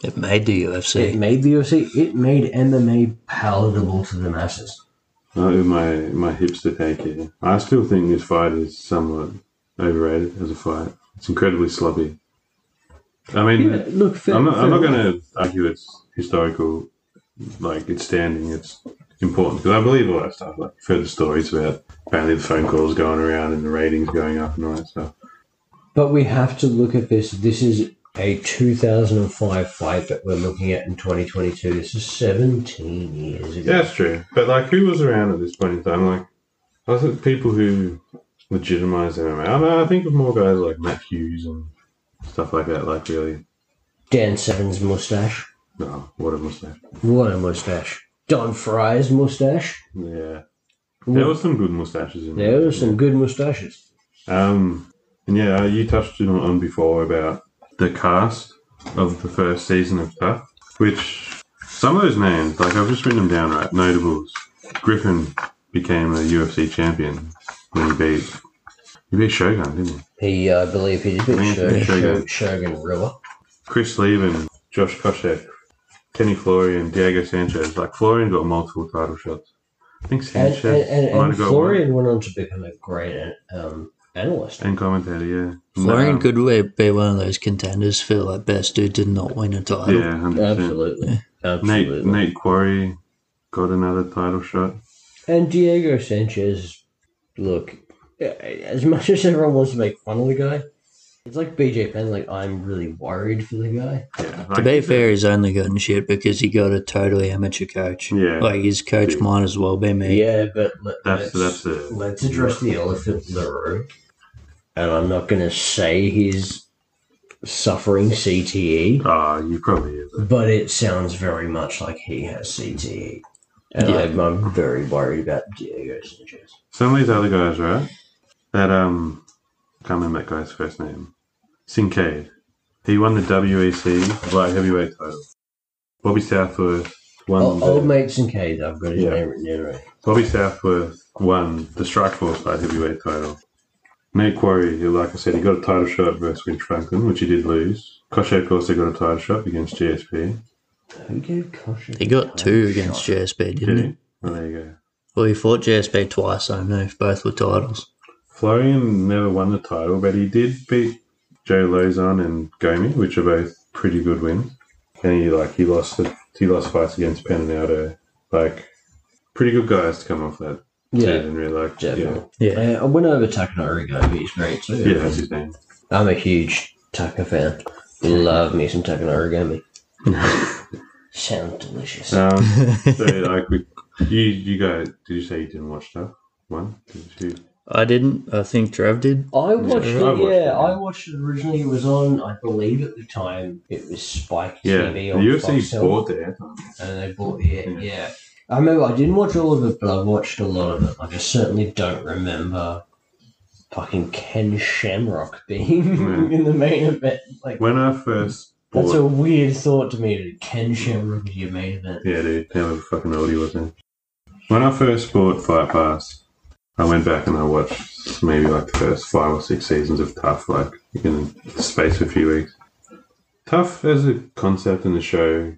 Speaker 2: It made the UFC.
Speaker 1: it made the UFC, it made MMA palatable to the masses.
Speaker 3: Not with my, my hipster take here. I still think this fight is somewhat overrated as a fight. It's incredibly sloppy. I mean,
Speaker 1: Yeah, look, fair,
Speaker 3: I'm not,
Speaker 1: fair
Speaker 3: I'm not going to argue it's historical, like it's standing, it's important because I believe all that stuff. Like you've heard the stories about apparently the phone calls going around and the ratings going up and all that stuff.
Speaker 1: But we have to look at this. This is a 2005 fight that we're looking at in 2022. This is 17 years ago.
Speaker 3: Yeah, that's true. But like, who was around at this point in time? Like, I think people who legitimised MMA. I, mean, I think of more guys like Matt Hughes and stuff like that. Like, really,
Speaker 1: Dan Severn's mustache.
Speaker 3: no, what a mustache.
Speaker 1: What a mustache. Don Fry's mustache.
Speaker 3: Yeah, there were some good mustaches in
Speaker 1: There were some good mustaches.
Speaker 3: Um, and yeah, you touched on on before about the cast of the first season of Tough, which some of those names, like I've just written them down, right? Notables. Griffin became a UFC champion when he beat he beat Shogun, didn't he?
Speaker 1: He, uh, I believe, he did beat
Speaker 3: Yeah,
Speaker 1: Shogun,
Speaker 3: Shogun.
Speaker 1: Shogun, Shogun Rua.
Speaker 3: Chris Levin, Josh Koscheck, Kenny Florian, Diego Sanchez. Like Florian got multiple title shots. I think
Speaker 1: And,
Speaker 3: Sanchez
Speaker 1: and, and,
Speaker 3: might
Speaker 1: and
Speaker 3: have got one.
Speaker 1: Florian went on to become a great um, analyst.
Speaker 3: And commentator, yeah.
Speaker 2: Florian
Speaker 3: Um,
Speaker 2: could we- be one of those contenders for like best dude did not win a title.
Speaker 3: Yeah, 100%.
Speaker 1: Absolutely.
Speaker 3: Nate,
Speaker 1: Absolutely.
Speaker 3: Nate Quarry got another title shot.
Speaker 1: And Diego Sanchez, look, as much as everyone wants to make fun of the guy, it's like BJ Penn, like, I'm really worried for the guy.
Speaker 3: Yeah,
Speaker 2: To be fair, he's only gotten shit because he got a totally amateur coach.
Speaker 3: Yeah.
Speaker 2: Like his coach
Speaker 3: Yeah.
Speaker 2: might as well be me.
Speaker 1: Yeah, but let,
Speaker 3: That's-
Speaker 1: let's,
Speaker 3: that's it.
Speaker 1: let's address the elephant in the room. And I'm not going to say he's suffering CTE,
Speaker 3: Ah, you probably is.
Speaker 1: but it sounds very much like he has CTE. And
Speaker 2: Yeah.
Speaker 1: I'm, I'm very worried about Diego Sanchez.
Speaker 3: Some of these other guys, right? That um, can't remember that guy's first name. Sincade. He won the WEC light heavyweight title. Bobby Southworth won.
Speaker 1: Oh,
Speaker 3: the,
Speaker 1: old mates and Cade, I've got his
Speaker 3: Yeah.
Speaker 1: name written down right.
Speaker 3: Bobby Southworth won the Strikeforce light heavyweight title. Nate Quarry, who, like I said, he got a title shot versus Vince Franklin, which he did lose. Koshek also got a title shot against GSP.
Speaker 1: Who gave Kosher
Speaker 2: He got
Speaker 1: shot?
Speaker 2: two against JSB, didn't
Speaker 3: Did
Speaker 2: he?
Speaker 3: he? Oh, there you go.
Speaker 2: Well, he fought JSB twice, I don't know if both were titles.
Speaker 3: Florian never won the title, but he did beat Joe Lozon and Gomi, which are both pretty good wins. And he like he lost the, he lost fights against Penanado. Like pretty good guys to come off that
Speaker 1: Yeah,
Speaker 3: season, really. Like
Speaker 1: definitely.
Speaker 2: Yeah.
Speaker 1: Uh, I went over Takanori Gomi. He's great too.
Speaker 3: yeah, yeah, that's his name. [LAUGHS]
Speaker 1: I'm a huge Taka fan. Love me some Takanori Gomi. Sounds delicious.
Speaker 3: Um, so like we, you, you go. Did you say you didn't watch that one? Did you?
Speaker 2: I didn't. I think Trev did.
Speaker 1: I watched
Speaker 3: I
Speaker 1: it.
Speaker 3: watched
Speaker 1: yeah,
Speaker 3: it, yeah.
Speaker 1: I watched it originally. It was on, I believe, at the time it was Spike
Speaker 3: Yeah, the
Speaker 1: TV on Fox
Speaker 3: UFC
Speaker 1: Health,
Speaker 3: bought the airtime.
Speaker 1: and they bought yeah,
Speaker 3: Yeah.
Speaker 1: yeah, I remember I didn't watch all of it, but I watched a lot of it. I just certainly don't remember fucking Ken Shamrock being [LAUGHS]
Speaker 3: Mm.
Speaker 1: in the main event. Like
Speaker 3: When I first bought,
Speaker 1: that's a weird thought to me. that Ken Shamrock in your main event.
Speaker 3: yeah, dude, how fucking old he E was then. When I first bought Fight Pass, I went back and I watched maybe like the first five or six seasons of Tough, like in the space of a few weeks. Tough as a concept in the show,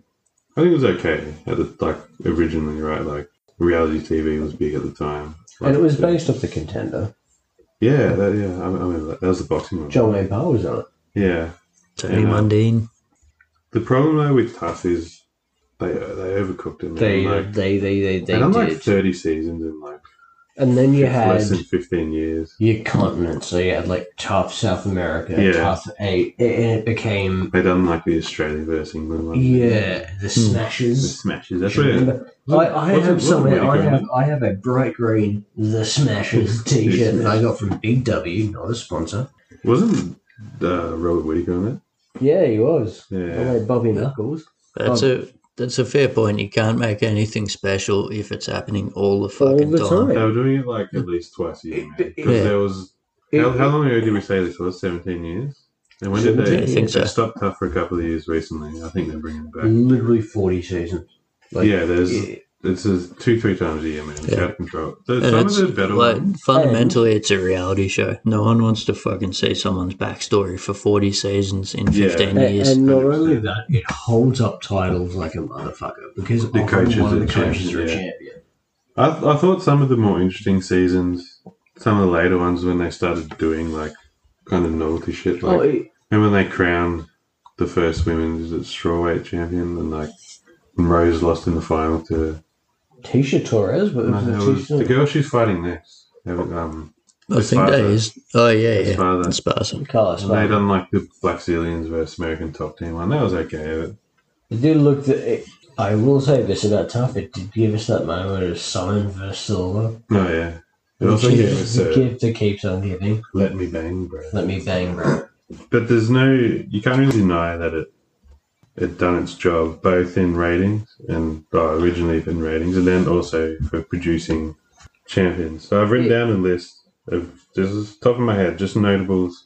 Speaker 3: I think it was okay at the like originally, right? Like reality TV was big at the time,
Speaker 1: And it was
Speaker 3: Like,
Speaker 1: based off the contender.
Speaker 3: Yeah, that, yeah, I, I remember that. That was the boxing one.
Speaker 1: John Wayne Power was on it.
Speaker 3: Yeah.
Speaker 2: Tony
Speaker 3: Yeah.
Speaker 2: Mundine.
Speaker 3: The problem though with Tough is they they overcooked it. man.
Speaker 1: They,
Speaker 3: like,
Speaker 1: they, they, they, they
Speaker 3: and I'm
Speaker 1: did.
Speaker 3: like 30 seasons in like
Speaker 1: and then you
Speaker 3: fif-
Speaker 1: had
Speaker 3: less than 15 years.
Speaker 1: your continent. So you had like tough South America,
Speaker 3: Yeah.
Speaker 1: tough eight, and it became
Speaker 3: They done like the Australia versus England one.
Speaker 1: yeah the
Speaker 2: Hmm.
Speaker 3: The
Speaker 1: smashes.
Speaker 3: smashes. That's
Speaker 1: Should
Speaker 3: what it
Speaker 1: remember- I, I
Speaker 3: What's it-
Speaker 1: have
Speaker 3: what's
Speaker 1: some.
Speaker 3: it really
Speaker 1: I
Speaker 3: good?
Speaker 1: have I have a bright green the
Speaker 3: [LAUGHS]
Speaker 1: smashes T-shirt that I got from Big W, not a sponsor.
Speaker 3: Wasn't uh, Robert Whittaker on it?
Speaker 1: Yeah, he was.
Speaker 3: Yeah.
Speaker 1: Bobby
Speaker 2: Yeah.
Speaker 1: Knuckles.
Speaker 2: That's
Speaker 1: Oh.
Speaker 2: a that's a fair point. You can't make anything special if it's happening all the
Speaker 1: All
Speaker 2: fucking
Speaker 1: the
Speaker 2: time.
Speaker 3: They were doing it like at least twice a year, man. Because
Speaker 2: Yeah.
Speaker 3: there was. How, how long ago did we say this was? 17 years? And when did they,
Speaker 1: 17
Speaker 2: I think so.
Speaker 3: they stopped Tough for a couple of years recently? I think they're bringing it back.
Speaker 1: Literally forty seasons. Like,
Speaker 3: yeah, there's.
Speaker 1: Mm, yeah.
Speaker 3: It's a two, three times a year, man. It's
Speaker 2: Yeah.
Speaker 3: out of control. So
Speaker 2: And
Speaker 3: some of
Speaker 2: it's
Speaker 3: the better
Speaker 2: like
Speaker 3: ones.
Speaker 2: fundamentally, it's a reality show. No one wants to fucking see someone's backstory for forty seasons in
Speaker 3: Yeah.
Speaker 2: fifteen
Speaker 1: A-
Speaker 2: years.
Speaker 1: And not
Speaker 3: 100%.
Speaker 1: only that, it holds up titles like a motherfucker because
Speaker 3: The
Speaker 1: often
Speaker 3: coaches
Speaker 1: one
Speaker 3: are
Speaker 1: of the coaches
Speaker 3: champions,
Speaker 1: are a
Speaker 3: yeah.
Speaker 1: champion.
Speaker 3: I, I thought some of the more interesting seasons, some of the later ones, when they started doing like kind of novelty shit, like
Speaker 1: oh, it,
Speaker 3: and when they crowned the first women's strawweight champion, and like and Rose lost in the final to
Speaker 1: Tisha Torres, but
Speaker 3: no,
Speaker 1: it
Speaker 3: it
Speaker 1: was
Speaker 3: was
Speaker 1: the
Speaker 3: the
Speaker 1: Tisha
Speaker 3: girl she's fighting next. They were, Um,
Speaker 2: I think that
Speaker 3: Esparza.
Speaker 2: is. Oh yeah,
Speaker 3: yeah,
Speaker 2: yeah.
Speaker 3: father.
Speaker 2: Esparza.
Speaker 1: Carlos.
Speaker 3: And they done like the Black Zillions versus American Top Team one. That was okay, but
Speaker 1: It did look that. It, I will say this about Tough. It did give us that moment of Simon versus Silva.
Speaker 3: no, yeah. It
Speaker 1: The
Speaker 3: also
Speaker 1: gift-
Speaker 3: gave us
Speaker 1: the
Speaker 3: a
Speaker 1: gift that keeps on giving.
Speaker 3: let me bang, bro.
Speaker 1: Let me bang, bro.
Speaker 3: But there's no, you can't really deny that it it done its job both in ratings and well, originally in ratings, and then also for producing champions. So I've written
Speaker 1: Yeah.
Speaker 3: down a list of this is top of my head, just notables,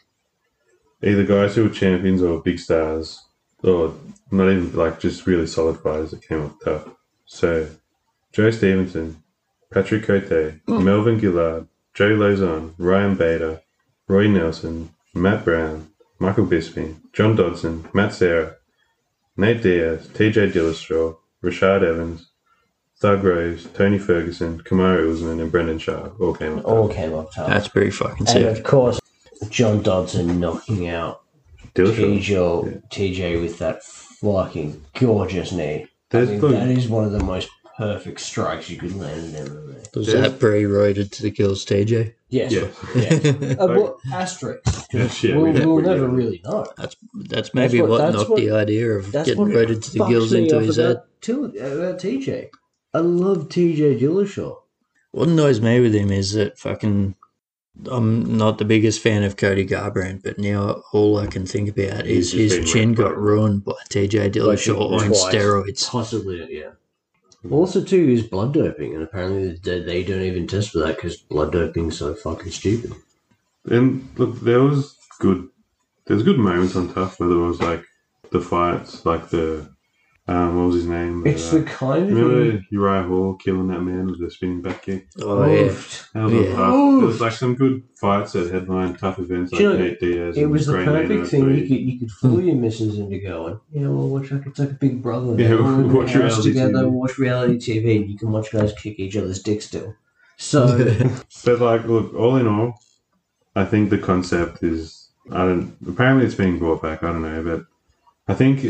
Speaker 3: either guys who were champions or big stars, or not even like just really solid fighters that came up top. So Joe Stevenson, Patrick Cote, Melvin Gillard, Joe Lozon, Ryan Bader, Roy Nelson, Matt Brown, Michael Bisping, John Dodson, Matt Sarah, Nate Diaz, TJ Dillashaw, Rashad Evans, Thug Rose, Tony Ferguson, Kamara Usman, and Brendan Sharp all came up.
Speaker 1: All came up tough.
Speaker 2: That's pretty fucking
Speaker 1: and
Speaker 2: sick.
Speaker 1: of course, John Dodson knocking out
Speaker 3: Dillashaw.
Speaker 1: TJ, TJ with that fucking gorgeous knee. I
Speaker 3: There's
Speaker 1: mean,
Speaker 3: the-
Speaker 1: that is one of the most perfect strikes you could land in MMA.
Speaker 2: Was
Speaker 3: Yeah.
Speaker 2: that pre-roided to the girls, TJ?
Speaker 1: Yes.
Speaker 3: Yeah.
Speaker 1: [LAUGHS] yeah. Uh,
Speaker 3: Like-
Speaker 1: well, asterisk.
Speaker 3: Yeah, shit,
Speaker 1: we'll
Speaker 3: we-
Speaker 1: we'll
Speaker 3: we-
Speaker 1: never really know.
Speaker 2: That's that's maybe
Speaker 1: what-
Speaker 2: what,
Speaker 1: that's
Speaker 2: knocked
Speaker 1: what-
Speaker 2: the idea of
Speaker 1: That's
Speaker 2: getting
Speaker 1: what
Speaker 2: roided to the girls into his head.
Speaker 1: Till, about TJ. I love TJ Dillashaw.
Speaker 2: What annoys me with him is that fucking. I'm not the biggest fan of Cody Garbrandt, but now all I can think about
Speaker 3: He's
Speaker 2: is
Speaker 3: just
Speaker 2: his
Speaker 3: been
Speaker 2: chin
Speaker 3: ripped
Speaker 2: got
Speaker 3: up.
Speaker 2: ruined by TJ Dillashaw
Speaker 1: Like,
Speaker 2: on
Speaker 1: twice.
Speaker 2: steroids.
Speaker 1: Possibly, yeah. Also, too, is blood doping, and apparently they, they don't even test for that because blood doping's so fucking stupid.
Speaker 3: And look, there was good. There's good moments on Tough where there was like the fights, like the um, what was his name?
Speaker 1: It's
Speaker 3: Uh,
Speaker 1: the kind of.
Speaker 3: remember Uriah Hall killing that man with the spinning back kick.
Speaker 2: Oh, yeah.
Speaker 3: That was
Speaker 2: Yeah.
Speaker 3: a tough. There was like some good fights that headline tough events like
Speaker 1: Do you know,
Speaker 3: Nate Diaz.
Speaker 1: It
Speaker 3: and
Speaker 1: was the
Speaker 3: Grey Leno
Speaker 1: perfect thing. You
Speaker 3: three.
Speaker 1: could you could fool your missus into going. You know, we'll watch like it's like a big brother.
Speaker 3: Yeah,
Speaker 1: They're all in the
Speaker 3: [LAUGHS] watch
Speaker 1: house
Speaker 3: reality
Speaker 1: together.
Speaker 3: TV.
Speaker 1: Watch reality TV, and you can watch guys kick each other's dick still. [LAUGHS] So
Speaker 3: But like, look, all in all, I think the concept is I don't. Apparently, it's being brought back. I don't know, but I think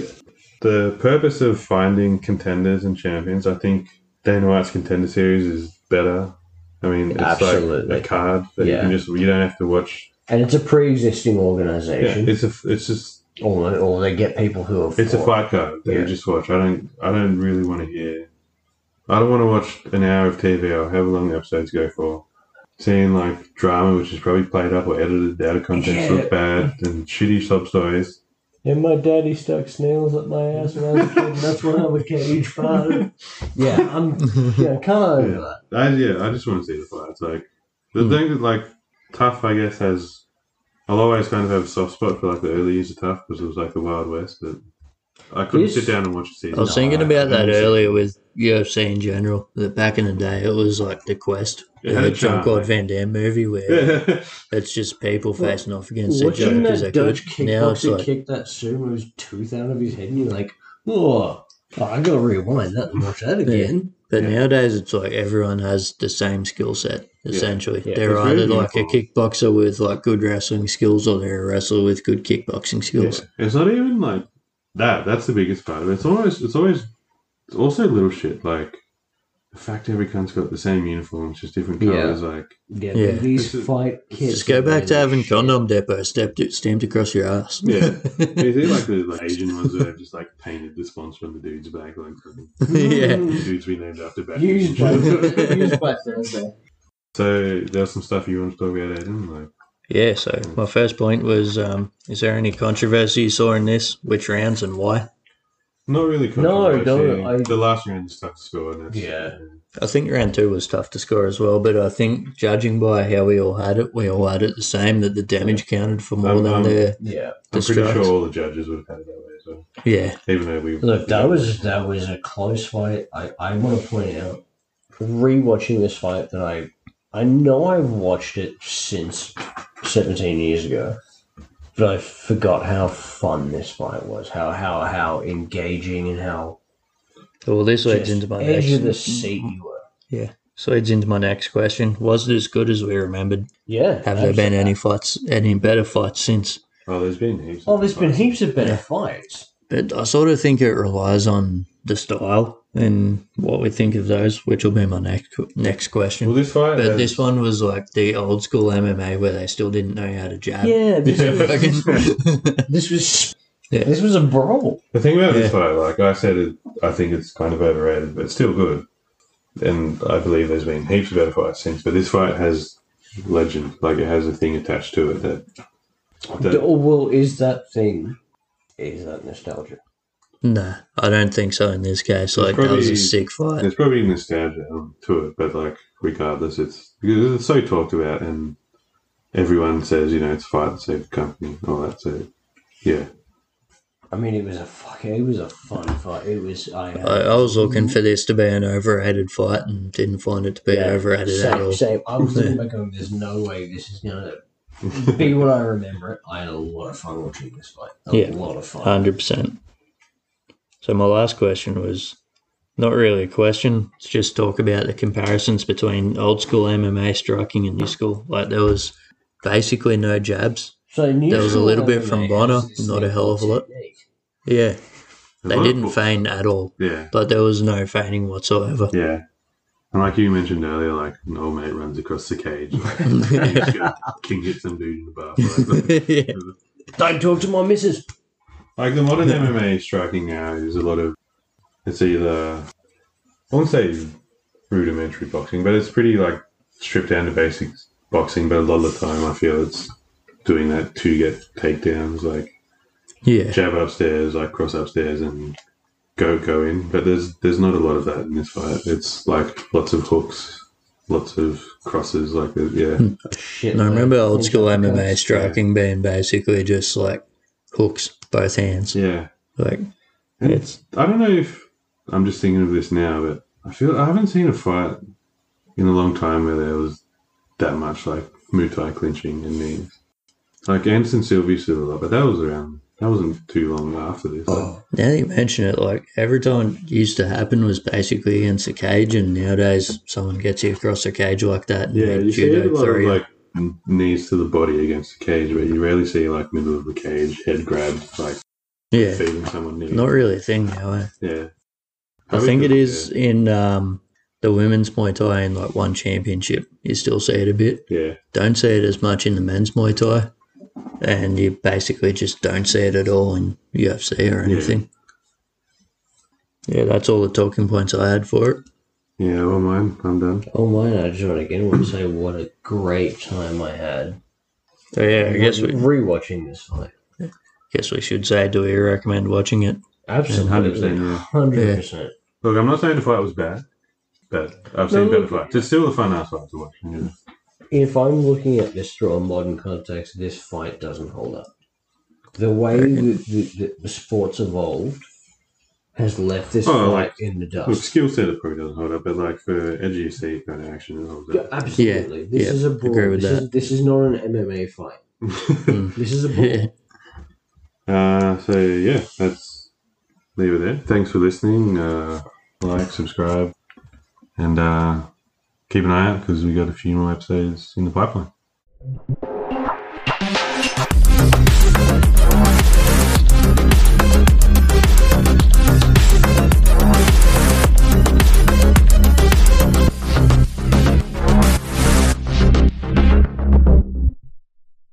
Speaker 3: the purpose of finding contenders and champions. I think Dana White's contender series is better. I mean, it's
Speaker 1: Absolutely.
Speaker 3: like a card that you
Speaker 1: Yeah.
Speaker 3: can just you don't have to watch.
Speaker 1: and it's a pre-existing
Speaker 3: Yeah,
Speaker 1: organization.
Speaker 3: it's a it's just
Speaker 1: or or they get people who are.
Speaker 3: It's a
Speaker 1: for-
Speaker 3: fight card that
Speaker 1: Yeah.
Speaker 3: you just watch. I don't. I don't really want to hear. I don't want to watch an hour of TV or however long the episodes go for. Seeing like drama, which is probably played up or edited out of
Speaker 1: Yeah.
Speaker 3: context, look bad and shitty sub stories.
Speaker 1: And my daddy stuck snails up my ass when I was a kid, and that's when I'm a cage fighter. [LAUGHS] Yeah, I'm yeah, kind of over
Speaker 3: Yeah.
Speaker 1: that.
Speaker 3: I, yeah, I just want to see the fight. It's like the
Speaker 1: Oh, Hmm.
Speaker 3: thing is like tough. I guess has I'll always kind of have a soft spot for like the early years of tough because it was like the Wild West, but I couldn't
Speaker 1: Yes.
Speaker 3: sit down and watch a
Speaker 2: I
Speaker 3: season.
Speaker 2: was thinking
Speaker 1: No,
Speaker 2: about that
Speaker 3: it's-
Speaker 2: earlier with UFC in general. That back in the day, it was like the Quest,
Speaker 3: It had a
Speaker 2: the John
Speaker 3: charm.
Speaker 2: Claude Van Damme movie, where
Speaker 3: [LAUGHS] Yeah.
Speaker 2: it's just people
Speaker 1: Well,
Speaker 2: facing off against each other
Speaker 1: Watching
Speaker 2: because they
Speaker 1: that
Speaker 2: could.
Speaker 1: Dutch
Speaker 2: Now it's
Speaker 1: kickboxer
Speaker 2: like,
Speaker 1: kick that sumo's tooth out of his head, and you're like, oh, oh, I gotta rewind that and watch that again.
Speaker 2: but
Speaker 3: Yeah.
Speaker 2: nowadays it's like everyone has the same skill set. Essentially,
Speaker 1: Yeah,
Speaker 2: they're
Speaker 3: it's very
Speaker 2: either like a
Speaker 3: uniform.
Speaker 2: kickboxer with like good wrestling skills, or they're a wrestler with good kickboxing skills.
Speaker 3: Yeah. It's not even like that. That's the biggest part of it. It's always it's always it's also little shit like the fact every cunt's got the same uniforms, just different
Speaker 1: Yeah.
Speaker 3: colours. Like
Speaker 1: Yeah,
Speaker 2: Yeah.
Speaker 1: these
Speaker 3: This is-
Speaker 1: fight kids.
Speaker 2: Just go
Speaker 1: are
Speaker 2: back to
Speaker 1: really
Speaker 2: having
Speaker 1: shit.
Speaker 2: condom depot stamped, stamped across your ass. [LAUGHS]
Speaker 3: Yeah. you see like the like, Asian ones that have just like painted the sponsor on the dude's back, like
Speaker 1: [LAUGHS]
Speaker 3: fucking
Speaker 2: yeah.
Speaker 3: dudes we named after
Speaker 1: [LAUGHS]
Speaker 3: back.
Speaker 1: Used
Speaker 2: [LAUGHS]
Speaker 1: by, used by Thursday.
Speaker 3: [LAUGHS] so there's some stuff you want to talk about, Adam? Like
Speaker 2: Yeah, so my first point was um, is there any controversy you saw in this? Which rounds and why?
Speaker 3: not really
Speaker 1: No,
Speaker 3: controversial.
Speaker 1: no, I-
Speaker 3: the last round is tough to score and that's uh,
Speaker 1: Yeah.
Speaker 2: I think round two was tough to score as well, but I think judging by how we all had it, we all had it the same that the damage counted for more
Speaker 3: Um,
Speaker 2: than
Speaker 3: um,
Speaker 2: their
Speaker 1: Yeah.
Speaker 3: I'm
Speaker 2: the
Speaker 3: pretty sure
Speaker 2: strikes.
Speaker 3: all the judges would have had it that way as well.
Speaker 2: Yeah.
Speaker 3: Even though we
Speaker 1: Look, that was that was a close fight. I, I want to point out, rewatching this fight that I I know I've watched it since seventeen years ago, but I forgot how fun this fight was. How how how engaging and how
Speaker 2: Well, this leads
Speaker 1: just
Speaker 2: into my
Speaker 1: edge of the
Speaker 2: next.
Speaker 1: seat you were.
Speaker 2: This leads into my next question. Was it as good as we remembered?
Speaker 1: Yeah.
Speaker 2: Have there been any fights, any better fights since?
Speaker 3: Oh, there's been heaps.
Speaker 1: Oh,
Speaker 3: of
Speaker 1: there's been
Speaker 3: fights.
Speaker 1: heaps of better
Speaker 2: Yeah. [LAUGHS]
Speaker 1: fights.
Speaker 2: But I sort of think it relies on the style and what we think of those, which will be my next next question.
Speaker 3: Well, this fight.
Speaker 2: But
Speaker 3: has-
Speaker 2: this one was like the old school MMA where they still didn't know how to jab.
Speaker 1: Yeah. This, was,
Speaker 2: [LAUGHS] Fucking-
Speaker 1: this was
Speaker 2: Yeah.
Speaker 1: this was a brawl.
Speaker 3: The thing about
Speaker 2: Yeah.
Speaker 3: this fight, like I said, it, I think it's kind of overrated, but it's still good. And I believe there's been heaps of better fights since, but this fight has legend. Like it has a thing attached to it that.
Speaker 1: The-
Speaker 3: that
Speaker 1: well, is that thing? Is that nostalgia?
Speaker 2: no, I don't think so in this case. Like, that was
Speaker 3: probably-
Speaker 2: a sick fight.
Speaker 3: there's probably nostalgia um, to it, but like regardless, it's because it's so talked about, and everyone says you know it's a fight that saved the company, all that. So yeah,
Speaker 1: I mean, it was a fuck. It was a fun fight. It was. I, uh,
Speaker 2: I, I was looking for this to be an overrated fight and didn't find it to be
Speaker 1: Mm-hmm. Yeah,
Speaker 2: overrated at
Speaker 1: same,
Speaker 2: all.
Speaker 1: same. I was
Speaker 2: [LAUGHS]
Speaker 1: looking back going, "There's no way this is gonna be what I remember it." I had a lot of fun watching this fight. A
Speaker 2: Yeah. Um,
Speaker 1: lot of fun.
Speaker 2: 100%. So, my last question was not really a question, it's just talk about the comparisons between old school MMA striking and new school. Like, there was basically no jabs.
Speaker 1: so new
Speaker 2: There was a
Speaker 1: school
Speaker 2: little bit from
Speaker 1: MMA
Speaker 2: Bonner,
Speaker 1: has this
Speaker 2: not
Speaker 1: thing
Speaker 2: a hell of a
Speaker 1: called
Speaker 2: lot.
Speaker 1: technique.
Speaker 2: Yeah, they
Speaker 3: Well,
Speaker 2: didn't feign at all.
Speaker 3: Yeah,
Speaker 2: But there was no feigning whatsoever.
Speaker 3: yeah. And like you mentioned earlier, like an old mate runs across the cage, like, and you
Speaker 2: Yeah.
Speaker 3: just go, king hit some dude in the bath. Like,
Speaker 1: Don't talk to my missus.
Speaker 3: Like the modern MMA striking now is a lot of it's either I won't say rudimentary boxing, but it's pretty like stripped down to basics boxing. But a lot of the time, I feel it's doing that to get takedowns, like
Speaker 2: [LAUGHS] Yeah.
Speaker 3: jab upstairs, like cross upstairs, and go go in. But there's there's not a lot of that in this fight. It's like lots of hooks, lots of crosses, like uh, yeah.
Speaker 1: Shit.
Speaker 2: And I
Speaker 1: man.
Speaker 2: remember old school
Speaker 1: Okay.
Speaker 2: MMA striking being basically just like hooks, both hands.
Speaker 3: Yeah,
Speaker 2: Like,
Speaker 3: And
Speaker 2: it's
Speaker 3: I don't know if I'm just thinking of this now, but I feel I haven't seen a fight in a long time where there was that much like Muay Thai clinching and knees. Like Anderson Silva used to do a lot, but that was around. That wasn't too long after this.
Speaker 1: Oh,
Speaker 2: now that you mention it, like every time it used to happen was basically against a cage, and nowadays someone gets you across a cage like that. And
Speaker 3: yeah,
Speaker 2: they
Speaker 3: you see a lot
Speaker 2: through
Speaker 3: of
Speaker 2: you.
Speaker 3: like knees to the body against the cage, but you rarely see like middle of the cage head grabbed, like
Speaker 2: yeah,
Speaker 3: feeding someone knee.
Speaker 2: not really a thing now. eh?
Speaker 3: yeah,
Speaker 2: I think it is in um, the women's Muay Thai in like one championship. You still see it a bit.
Speaker 3: Yeah,
Speaker 2: Don't see it as much in the men's Muay Thai. and you basically just don't see it at all in UFC or anything. Yeah, that's all the talking points I had for it.
Speaker 3: Yeah, well, mine. I'm done.
Speaker 1: Oh mine, I just want to again want to say what a great time I had.
Speaker 2: So yeah, I guess we
Speaker 1: rewatching this fight.
Speaker 2: guess we should say, do we recommend watching it?
Speaker 1: Absolutely,
Speaker 3: 100%, yeah.
Speaker 1: hundred percent.
Speaker 3: Look, I'm not saying the fight was bad, but I've seen
Speaker 1: No,
Speaker 3: better
Speaker 1: look-
Speaker 3: fights. It's still a fun ass fight to watch. You know?
Speaker 1: If I'm looking at this through a modern context, this fight doesn't hold up. The way
Speaker 2: Okay.
Speaker 1: that the, the, the sports evolved has left this fight
Speaker 3: Oh, like-
Speaker 1: in the
Speaker 3: Look,
Speaker 1: dust.
Speaker 3: skill set it probably doesn't hold up, but like for edgy C kind of action, it holds
Speaker 1: Yeah,
Speaker 3: up.
Speaker 1: absolutely. this
Speaker 2: yeah,
Speaker 1: is a
Speaker 2: agree
Speaker 1: brawl.
Speaker 2: with
Speaker 1: This is,
Speaker 2: that. Hmm.
Speaker 1: this is not an MMA fight.
Speaker 3: [LAUGHS]
Speaker 1: This is a
Speaker 2: [LAUGHS]
Speaker 1: brawl.
Speaker 2: Yeah.
Speaker 3: Uh, so yeah, that's leave it there. Thanks for listening. Uh, like, subscribe, and uh, keep an eye out because we got a few more episodes in the pipeline.